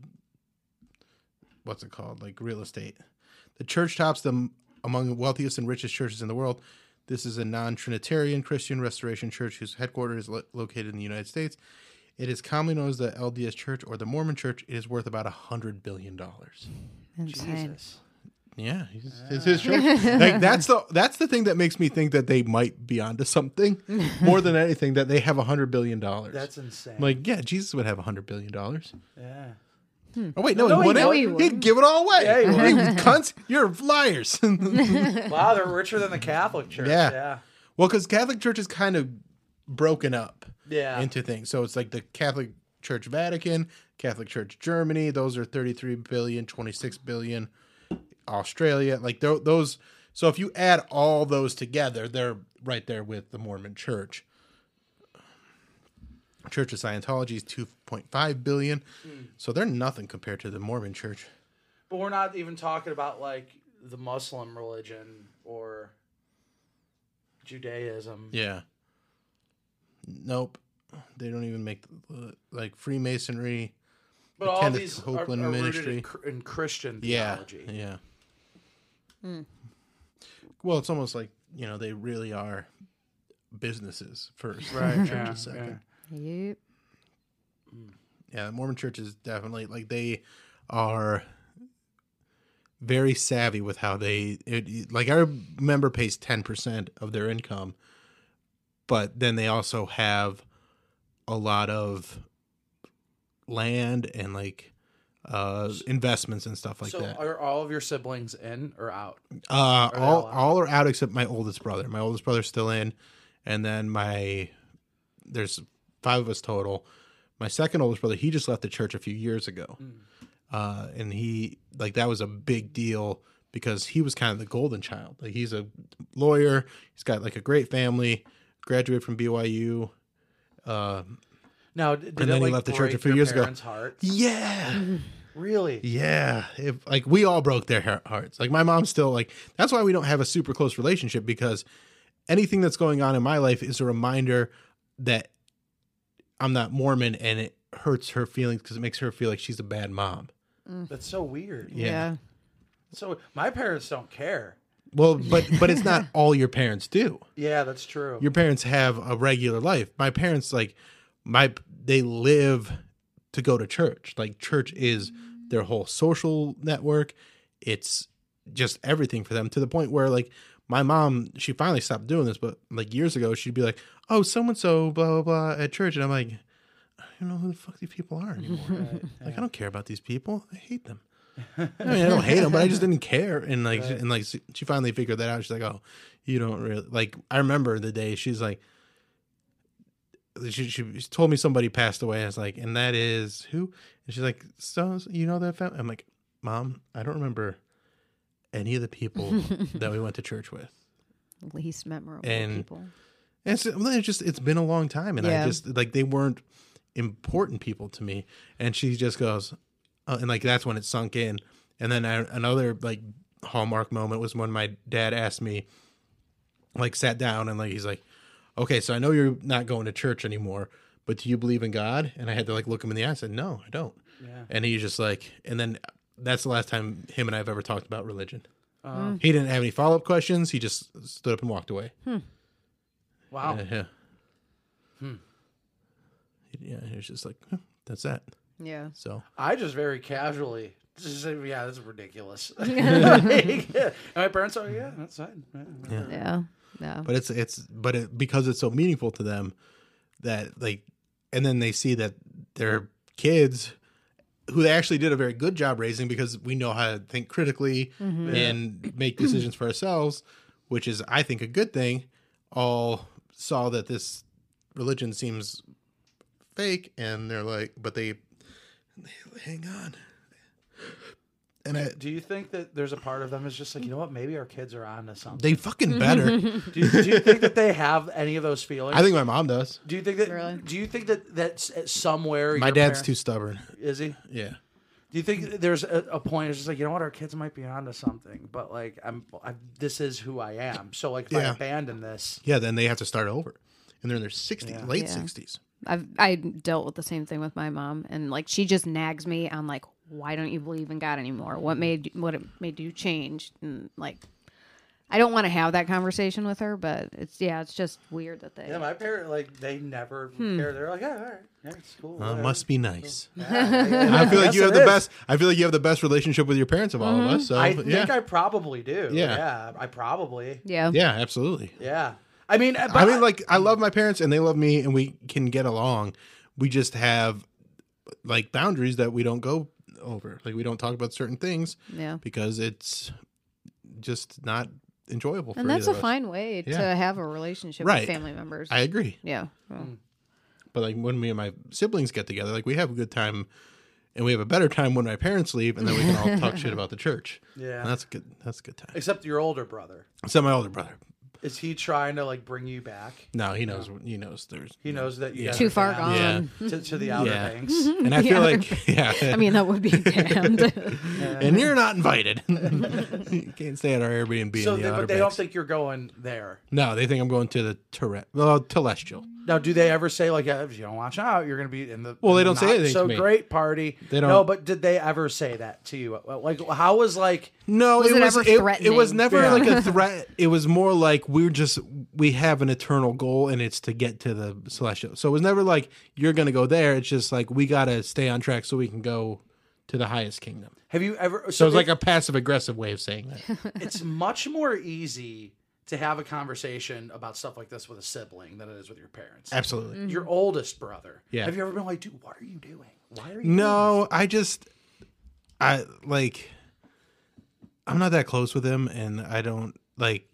[SPEAKER 2] what's it called? Like real estate. The church tops them among the wealthiest and richest churches in the world. This is a non Trinitarian Christian Restoration Church whose headquarters is lo- located in the United States. It is commonly known as the LDS Church or the Mormon Church. It is worth about a $100 billion.
[SPEAKER 5] Insane.
[SPEAKER 3] Jesus.
[SPEAKER 2] Yeah, he's- it's his church. like that's the that's the thing that makes me think that they might be onto something more than anything that they have a hundred billion dollars.
[SPEAKER 3] That's insane.
[SPEAKER 2] I'm like, yeah, Jesus would have a hundred billion dollars.
[SPEAKER 3] yeah.
[SPEAKER 2] Oh wait, no, he wouldn't.
[SPEAKER 5] no, he
[SPEAKER 2] he
[SPEAKER 5] wouldn't.
[SPEAKER 2] would give it all away.
[SPEAKER 3] Yeah, he would.
[SPEAKER 2] you cunts, you're liars.
[SPEAKER 3] Wow, they're richer than the Catholic Church.
[SPEAKER 2] Yeah.
[SPEAKER 3] Yeah.
[SPEAKER 2] well, because Catholic Church is kind of broken up
[SPEAKER 3] Yeah.
[SPEAKER 2] into things, so it's like the Catholic Church Vatican, Catholic Church Germany. Those are 33 billion, 26 billion. Australia, like tho- those. So if you add all those together, they're right there with the Mormon Church. Church of Scientology is 2.5 billion, so they're nothing compared to the Mormon Church.
[SPEAKER 3] But we're not even talking about like the Muslim religion or Judaism.
[SPEAKER 2] Yeah. Nope. They don't even make uh, like Freemasonry.
[SPEAKER 3] but all
[SPEAKER 2] Kenneth
[SPEAKER 3] these are, are
[SPEAKER 2] Copeland
[SPEAKER 3] rooted
[SPEAKER 2] ministry.
[SPEAKER 3] in, Chr- in Christian
[SPEAKER 2] Yeah.
[SPEAKER 3] theology.
[SPEAKER 2] Yeah. Well, it's almost like, you know, they really are businesses first.
[SPEAKER 3] Right,
[SPEAKER 2] Mormon church
[SPEAKER 3] yeah,
[SPEAKER 2] is second.
[SPEAKER 3] yeah.
[SPEAKER 5] Yep.
[SPEAKER 2] Yeah. the Mormon church is definitely like they are very savvy with how they it, like our member pays 10% of their income but then they also have a lot of land and like uh investments and stuff like
[SPEAKER 3] so
[SPEAKER 2] that
[SPEAKER 3] are all of your siblings in or out?
[SPEAKER 2] Uh,
[SPEAKER 3] they
[SPEAKER 2] all
[SPEAKER 3] all out?
[SPEAKER 2] all are out except my oldest brother. My oldest brother's still in, and then my there's five of us total. My second oldest brother, he just left the church a few years ago, uh, and he like that was a big deal because he was kind of the golden child. Like he's a lawyer, he's got like a great family, graduated from BYU. Uh,
[SPEAKER 3] No, d-
[SPEAKER 2] And
[SPEAKER 3] did it,
[SPEAKER 2] then he
[SPEAKER 3] like,
[SPEAKER 2] left the church a
[SPEAKER 3] break
[SPEAKER 2] few
[SPEAKER 3] your
[SPEAKER 2] years ago.
[SPEAKER 3] parents' Heart?
[SPEAKER 2] yeah,
[SPEAKER 3] Really?
[SPEAKER 2] Yeah, if like we all broke their he- hearts. Like my mom's still like that's why we don't have a super close relationship because anything that's going on in my life is a reminder that I'm not Mormon and it hurts her feelings because it makes her feel like she's a bad mom.
[SPEAKER 3] Mm, That's so weird.
[SPEAKER 2] Yeah.
[SPEAKER 3] So my parents don't care.
[SPEAKER 2] Well, but but it's not all your parents do.
[SPEAKER 3] Yeah, that's true.
[SPEAKER 2] Your parents have a regular life. My parents like my they live to go to church. Like church is their whole social network. It's just everything for them to the point where like my mom, she finally stopped doing this, but like years ago she'd be like, "Oh, so and so blah blah blah at church." And I'm like, "I don't know who the fuck these people are anymore. like I don't care about these people. I hate them." I mean, I don't hate them, but I just didn't care. And like, and like, she finally figured that out. She's like, "Oh, you don't really like." I remember the day she's like, she, she she told me somebody passed away. I was like, "And that is who?" And she's like, "So you know that family?" I'm like, "Mom, I don't remember any of the people that we went to church with."
[SPEAKER 5] Least memorable
[SPEAKER 2] And-
[SPEAKER 5] people.
[SPEAKER 2] And so, well, it's just it's been a long time, and I
[SPEAKER 5] Yeah.
[SPEAKER 2] just like they weren't important people to me. And she just goes, uh, and like that's when it sunk in. And then I, another like hallmark moment was when my dad asked me, like sat down and like he's like, okay, so I know you're not going to church anymore, but do you believe in God? And I had to like look him in the eye. and said, no, I don't.
[SPEAKER 3] Yeah.
[SPEAKER 2] And he's just like, and then that's the last time him and I have ever talked about religion. He didn't have any follow up questions. He just stood up and walked away.
[SPEAKER 3] Wow.
[SPEAKER 2] Yeah. yeah. Yeah, it was just like, huh, that's that.
[SPEAKER 5] Yeah.
[SPEAKER 2] So
[SPEAKER 3] I just very casually just said, yeah, that's ridiculous. And my parents are, yeah, that's fine. Yeah.
[SPEAKER 5] Yeah. No.
[SPEAKER 2] but it's it's but it because it's so meaningful to them that like and then they see that their kids who they actually did a very good job raising because we know how to think critically and make decisions for ourselves, which is I think a good thing, all saw that this religion seems fake and they're like but they, they hang on. And I,
[SPEAKER 3] Do you think that there's a part of them is just like, you know what, maybe our kids are onto something?
[SPEAKER 2] they fucking better.
[SPEAKER 3] Do you, do you think that they have any of those feelings?
[SPEAKER 2] I think my mom does.
[SPEAKER 3] do you think that?
[SPEAKER 5] Really?
[SPEAKER 3] Do you think that that's at somewhere?
[SPEAKER 2] My
[SPEAKER 3] your
[SPEAKER 2] dad's too
[SPEAKER 3] parent-
[SPEAKER 2] stubborn.
[SPEAKER 3] Is he?
[SPEAKER 2] Yeah.
[SPEAKER 3] Do you think that there's a, a point? It's just like you know what, our kids might be onto something, but like I'm, I'm this is who I am. So like, if I
[SPEAKER 2] Yeah.
[SPEAKER 3] abandon this,
[SPEAKER 2] Yeah, then they have to start over. And they're in their 60s, late
[SPEAKER 5] Yeah.
[SPEAKER 2] 60s.
[SPEAKER 5] I've I dealt with the same thing with my mom, and like she just nags me on like, why don't you believe in God anymore? What made what it made you change? And like, I don't want to have that conversation with her, but it's yeah, it's just weird that they.
[SPEAKER 3] yeah, my parent like they never
[SPEAKER 5] Hmm.
[SPEAKER 3] care. They're like, yeah, all right, yeah, it's cool.
[SPEAKER 2] Uh,
[SPEAKER 3] whatever."
[SPEAKER 2] must be nice.
[SPEAKER 3] Yeah, yeah,
[SPEAKER 2] I feel like
[SPEAKER 3] yes,
[SPEAKER 2] you have
[SPEAKER 3] it
[SPEAKER 2] the
[SPEAKER 3] is.
[SPEAKER 2] best. I feel like you have the best relationship with your parents of all of us. So
[SPEAKER 3] I
[SPEAKER 2] yeah,
[SPEAKER 3] think I probably do.
[SPEAKER 2] Yeah.
[SPEAKER 3] Yeah, I probably.
[SPEAKER 5] yeah.
[SPEAKER 2] yeah, absolutely.
[SPEAKER 3] Yeah, I mean, uh, but
[SPEAKER 2] I mean, like I love my parents and they love me, and we can get along. We just have like boundaries that we don't go over. Like we don't talk about certain things
[SPEAKER 5] Yeah.
[SPEAKER 2] because it's just not enjoyable. for
[SPEAKER 5] And that's
[SPEAKER 2] either
[SPEAKER 5] a
[SPEAKER 2] of us.
[SPEAKER 5] fine way to
[SPEAKER 2] Yeah.
[SPEAKER 5] have a relationship
[SPEAKER 2] Right.
[SPEAKER 5] with family members.
[SPEAKER 2] I agree.
[SPEAKER 5] yeah. Well,
[SPEAKER 2] But like when me and my siblings get together, like we have a good time, and we have a better time when my parents leave, and then we can all talk shit about the church.
[SPEAKER 3] Yeah.
[SPEAKER 2] And that's a good. That's a good time.
[SPEAKER 3] except your older brother.
[SPEAKER 2] Except my older brother.
[SPEAKER 3] Is he trying to like bring you back?
[SPEAKER 2] No, he knows. He knows there's.
[SPEAKER 3] He knows that you guys
[SPEAKER 5] Too
[SPEAKER 3] are
[SPEAKER 5] far Mm-hmm.
[SPEAKER 3] down to, to the outer
[SPEAKER 2] Yeah.
[SPEAKER 3] banks.
[SPEAKER 2] and I feel like yeah.
[SPEAKER 5] I mean, that would be damned.
[SPEAKER 2] and you're not invited. you can't stay at our Airbnb.
[SPEAKER 3] So,
[SPEAKER 2] in
[SPEAKER 3] they,
[SPEAKER 2] the
[SPEAKER 3] but
[SPEAKER 2] Outer
[SPEAKER 3] they don't
[SPEAKER 2] Banks.
[SPEAKER 3] think you're going there.
[SPEAKER 2] No, they think I'm going to the Tourette. Well, Telestial.
[SPEAKER 3] Now, do they ever say like, "Yeah, if you don't watch out, you're going to be in the
[SPEAKER 2] Well, they
[SPEAKER 3] in the
[SPEAKER 2] don't say
[SPEAKER 3] not
[SPEAKER 2] anything
[SPEAKER 3] So
[SPEAKER 2] to me.
[SPEAKER 3] great party.
[SPEAKER 2] They don't-
[SPEAKER 3] No, but did they ever say that to you? Like, how was like?
[SPEAKER 2] No,
[SPEAKER 5] Was
[SPEAKER 2] it,
[SPEAKER 5] it
[SPEAKER 2] was
[SPEAKER 5] ever
[SPEAKER 2] it, it was
[SPEAKER 5] threatening?
[SPEAKER 2] never
[SPEAKER 3] Yeah.
[SPEAKER 2] like a threat. It was more like we're just we have an eternal goal and it's to get to the celestial. So it was never like you're gonna go there. It's just like we gotta stay on track so we can go to the highest kingdom.
[SPEAKER 3] Have you ever?
[SPEAKER 2] So it's
[SPEAKER 3] it-
[SPEAKER 2] like a passive aggressive way of saying that.
[SPEAKER 3] it's much more easy to have a conversation about stuff like this with a sibling than it is with your parents.
[SPEAKER 2] Absolutely.
[SPEAKER 3] Your oldest brother.
[SPEAKER 2] Yeah.
[SPEAKER 3] Have you ever been like, dude, what are you doing? Why are you?
[SPEAKER 2] No, I just I like I'm not that close with him and I don't like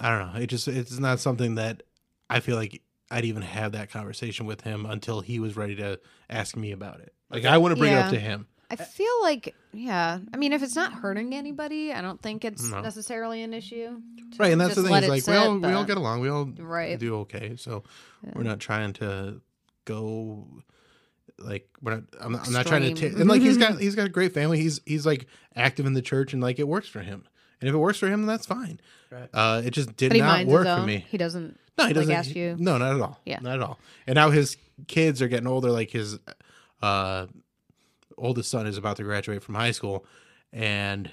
[SPEAKER 2] I don't know. It just it's not something that I feel like I'd even have that conversation with him until he was ready to ask me about it. Like I want to bring it up to
[SPEAKER 5] Yeah.
[SPEAKER 2] him.
[SPEAKER 5] I feel like, yeah. I mean, if it's not hurting anybody, I don't think it's
[SPEAKER 2] No.
[SPEAKER 5] necessarily an issue. to
[SPEAKER 2] Right, and that's the
[SPEAKER 5] just
[SPEAKER 2] thing
[SPEAKER 5] let
[SPEAKER 2] is
[SPEAKER 5] it
[SPEAKER 2] like
[SPEAKER 5] sit,
[SPEAKER 2] we all we all
[SPEAKER 5] but-
[SPEAKER 2] get along. We all
[SPEAKER 5] Right.
[SPEAKER 2] do okay. So we're not trying to go like we're not. I'm not, I'm not trying to. ta-
[SPEAKER 5] Extreme.
[SPEAKER 2] and like he's got he's got a great family. He's he's like active in the church and like it works for him. And if it works for him, then that's fine.
[SPEAKER 3] Right.
[SPEAKER 2] Uh, it just did
[SPEAKER 5] But he
[SPEAKER 2] not
[SPEAKER 5] minds
[SPEAKER 2] work
[SPEAKER 5] his
[SPEAKER 2] for
[SPEAKER 5] own.
[SPEAKER 2] me.
[SPEAKER 5] He doesn't.
[SPEAKER 2] No, he doesn't.
[SPEAKER 5] Like, ask
[SPEAKER 2] he-
[SPEAKER 5] you.
[SPEAKER 2] No, not at all.
[SPEAKER 5] Yeah.
[SPEAKER 2] not at all. And now his kids are getting older. Like his uh, oldest son is about to graduate from high school, and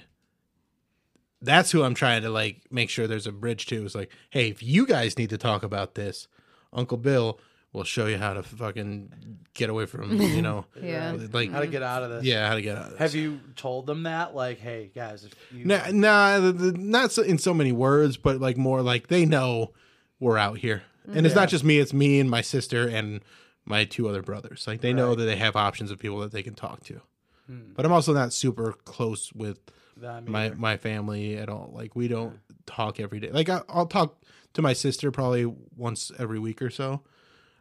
[SPEAKER 2] that's who I'm trying to like make sure there's a bridge to. Is like, hey, if you guys need to talk about this, Uncle Bill will show you how to fucking get away from you know,
[SPEAKER 5] Yeah.
[SPEAKER 2] like
[SPEAKER 3] How to get out of this?
[SPEAKER 2] yeah, how to get out. Of this.
[SPEAKER 3] Have you told them that? Like, hey guys, if you
[SPEAKER 2] No, nah, the, the, not so, in so many words, but like more like they know we're out here, and it's not just me; it's me and my sister and my two other brothers. Like they know that they have options of people that they can talk to. But I'm also not super close with
[SPEAKER 3] them
[SPEAKER 2] my my family at all. Like we don't talk every day. Like I, I'll talk to my sister probably once every week or so,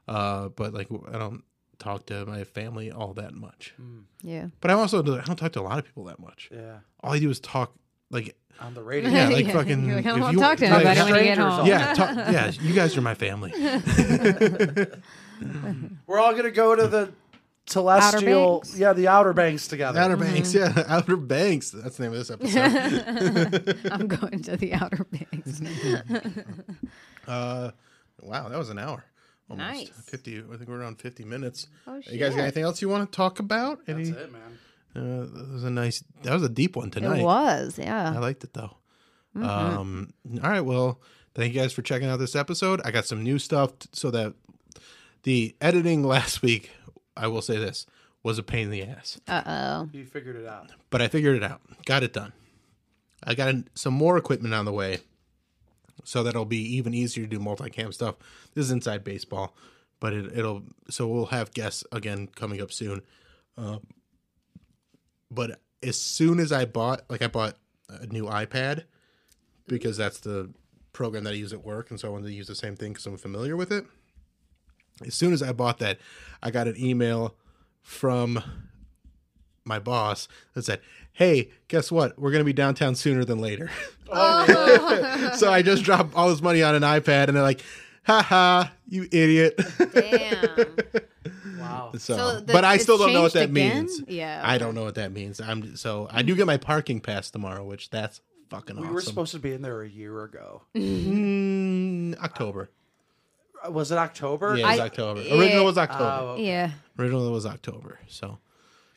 [SPEAKER 2] uh, but like I don't talk to my family all that much.
[SPEAKER 5] Yeah.
[SPEAKER 2] But I'm also I don't talk to a lot of people that much.
[SPEAKER 3] yeah
[SPEAKER 2] All I do is talk like
[SPEAKER 3] on the radio.
[SPEAKER 2] yeah, like fucking.
[SPEAKER 5] You're like, I don't
[SPEAKER 2] if
[SPEAKER 5] want
[SPEAKER 2] you-
[SPEAKER 5] to talk to
[SPEAKER 2] like,
[SPEAKER 5] anybody when you get
[SPEAKER 3] strangers
[SPEAKER 5] home.
[SPEAKER 3] all-
[SPEAKER 2] Yeah, talk, yeah. You guys are my family.
[SPEAKER 3] We're all gonna go to the celestial.
[SPEAKER 5] Banks?
[SPEAKER 3] Yeah, the Outer Banks together.
[SPEAKER 2] Outer Banks, yeah. Outer Banks. That's the name of this episode.
[SPEAKER 5] I'm going to the Outer Banks.
[SPEAKER 2] uh, wow, that was an hour. Almost.
[SPEAKER 5] Nice.
[SPEAKER 2] Fifty. I think we're around fifty minutes.
[SPEAKER 5] Oh,
[SPEAKER 2] You guys got
[SPEAKER 5] shit.
[SPEAKER 2] anything else you want to talk about? Any,
[SPEAKER 3] That's it, man.
[SPEAKER 2] Uh, that was a nice. That was a deep one tonight.
[SPEAKER 5] It was, Mm-hmm.
[SPEAKER 2] I
[SPEAKER 5] yeah.
[SPEAKER 2] liked it though. Um, all right. Well, thank you guys for checking out this episode. I got some new stuff t- so that the editing last week, I will say this, was a pain in the ass.
[SPEAKER 5] Uh
[SPEAKER 3] You figured it out.
[SPEAKER 2] but I figured it out. Got it done. I got an- some more equipment on the way, so that'll be even easier to do multicam stuff. This is inside baseball, but it, it'll so we'll have guests again coming up soon. Uh, but as soon as I bought, like I bought a new iPad because that's the program that I use at work, and so I wanted to use the same thing because I'm familiar with it. As soon as I bought that, I got an email from my boss that said, "Hey, guess what? We're gonna be downtown sooner than later."
[SPEAKER 5] Oh.
[SPEAKER 2] so I just dropped all this money on an iPad, and they're like, "Ha ha, you idiot!"
[SPEAKER 5] oh. Damn.
[SPEAKER 3] Wow.
[SPEAKER 2] So,
[SPEAKER 5] So the-
[SPEAKER 2] but I
[SPEAKER 5] it's
[SPEAKER 2] still don't know what that
[SPEAKER 5] changed again?
[SPEAKER 2] means.
[SPEAKER 5] Yeah,
[SPEAKER 2] I don't know what that means. I'm so I do get my parking pass tomorrow, which that's fucking
[SPEAKER 3] We
[SPEAKER 2] awesome.
[SPEAKER 3] were supposed to be in there a year ago.
[SPEAKER 2] Mm, October.
[SPEAKER 3] Was it October?
[SPEAKER 2] Yeah, it was
[SPEAKER 5] I-
[SPEAKER 2] October.
[SPEAKER 5] yeah.
[SPEAKER 2] Original was October.
[SPEAKER 3] Oh,
[SPEAKER 5] Yeah.
[SPEAKER 2] Original was October. So,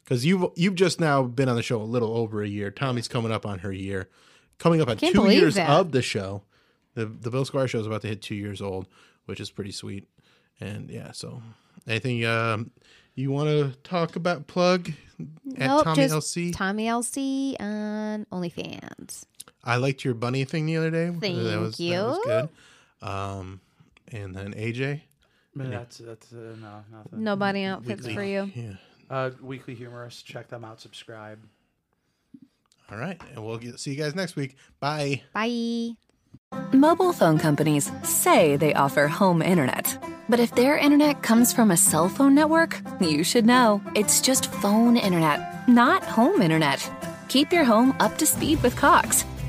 [SPEAKER 2] because you've you've just now been on the show a little over a year. Tommy's coming up on her year, coming up on
[SPEAKER 5] Can't
[SPEAKER 2] two
[SPEAKER 5] believe
[SPEAKER 2] years
[SPEAKER 5] that.
[SPEAKER 2] of the show. The the Bill Squire show is about to hit two years old, which is pretty sweet. And yeah, so anything um, you want to talk about? Plug at
[SPEAKER 5] Nope,
[SPEAKER 2] Tommy
[SPEAKER 5] just
[SPEAKER 2] LC.
[SPEAKER 5] Tommy LC on OnlyFans.
[SPEAKER 2] I liked your bunny thing the other day. that
[SPEAKER 5] Thank
[SPEAKER 2] was, That was
[SPEAKER 5] you.
[SPEAKER 2] good. Um, and then AJ.
[SPEAKER 3] Man, that's that's uh, no nothing.
[SPEAKER 5] Nobody outfits for you.
[SPEAKER 2] Yeah.
[SPEAKER 3] Uh, Weekly Humorist. Check them out. Subscribe.
[SPEAKER 2] All right, and we'll get, see you guys next week. Bye.
[SPEAKER 5] Bye.
[SPEAKER 6] Mobile phone companies say they offer home internet. But if their internet comes from a cell phone network, you should know. It's just phone internet, not home internet. Keep your home up to speed with Cox.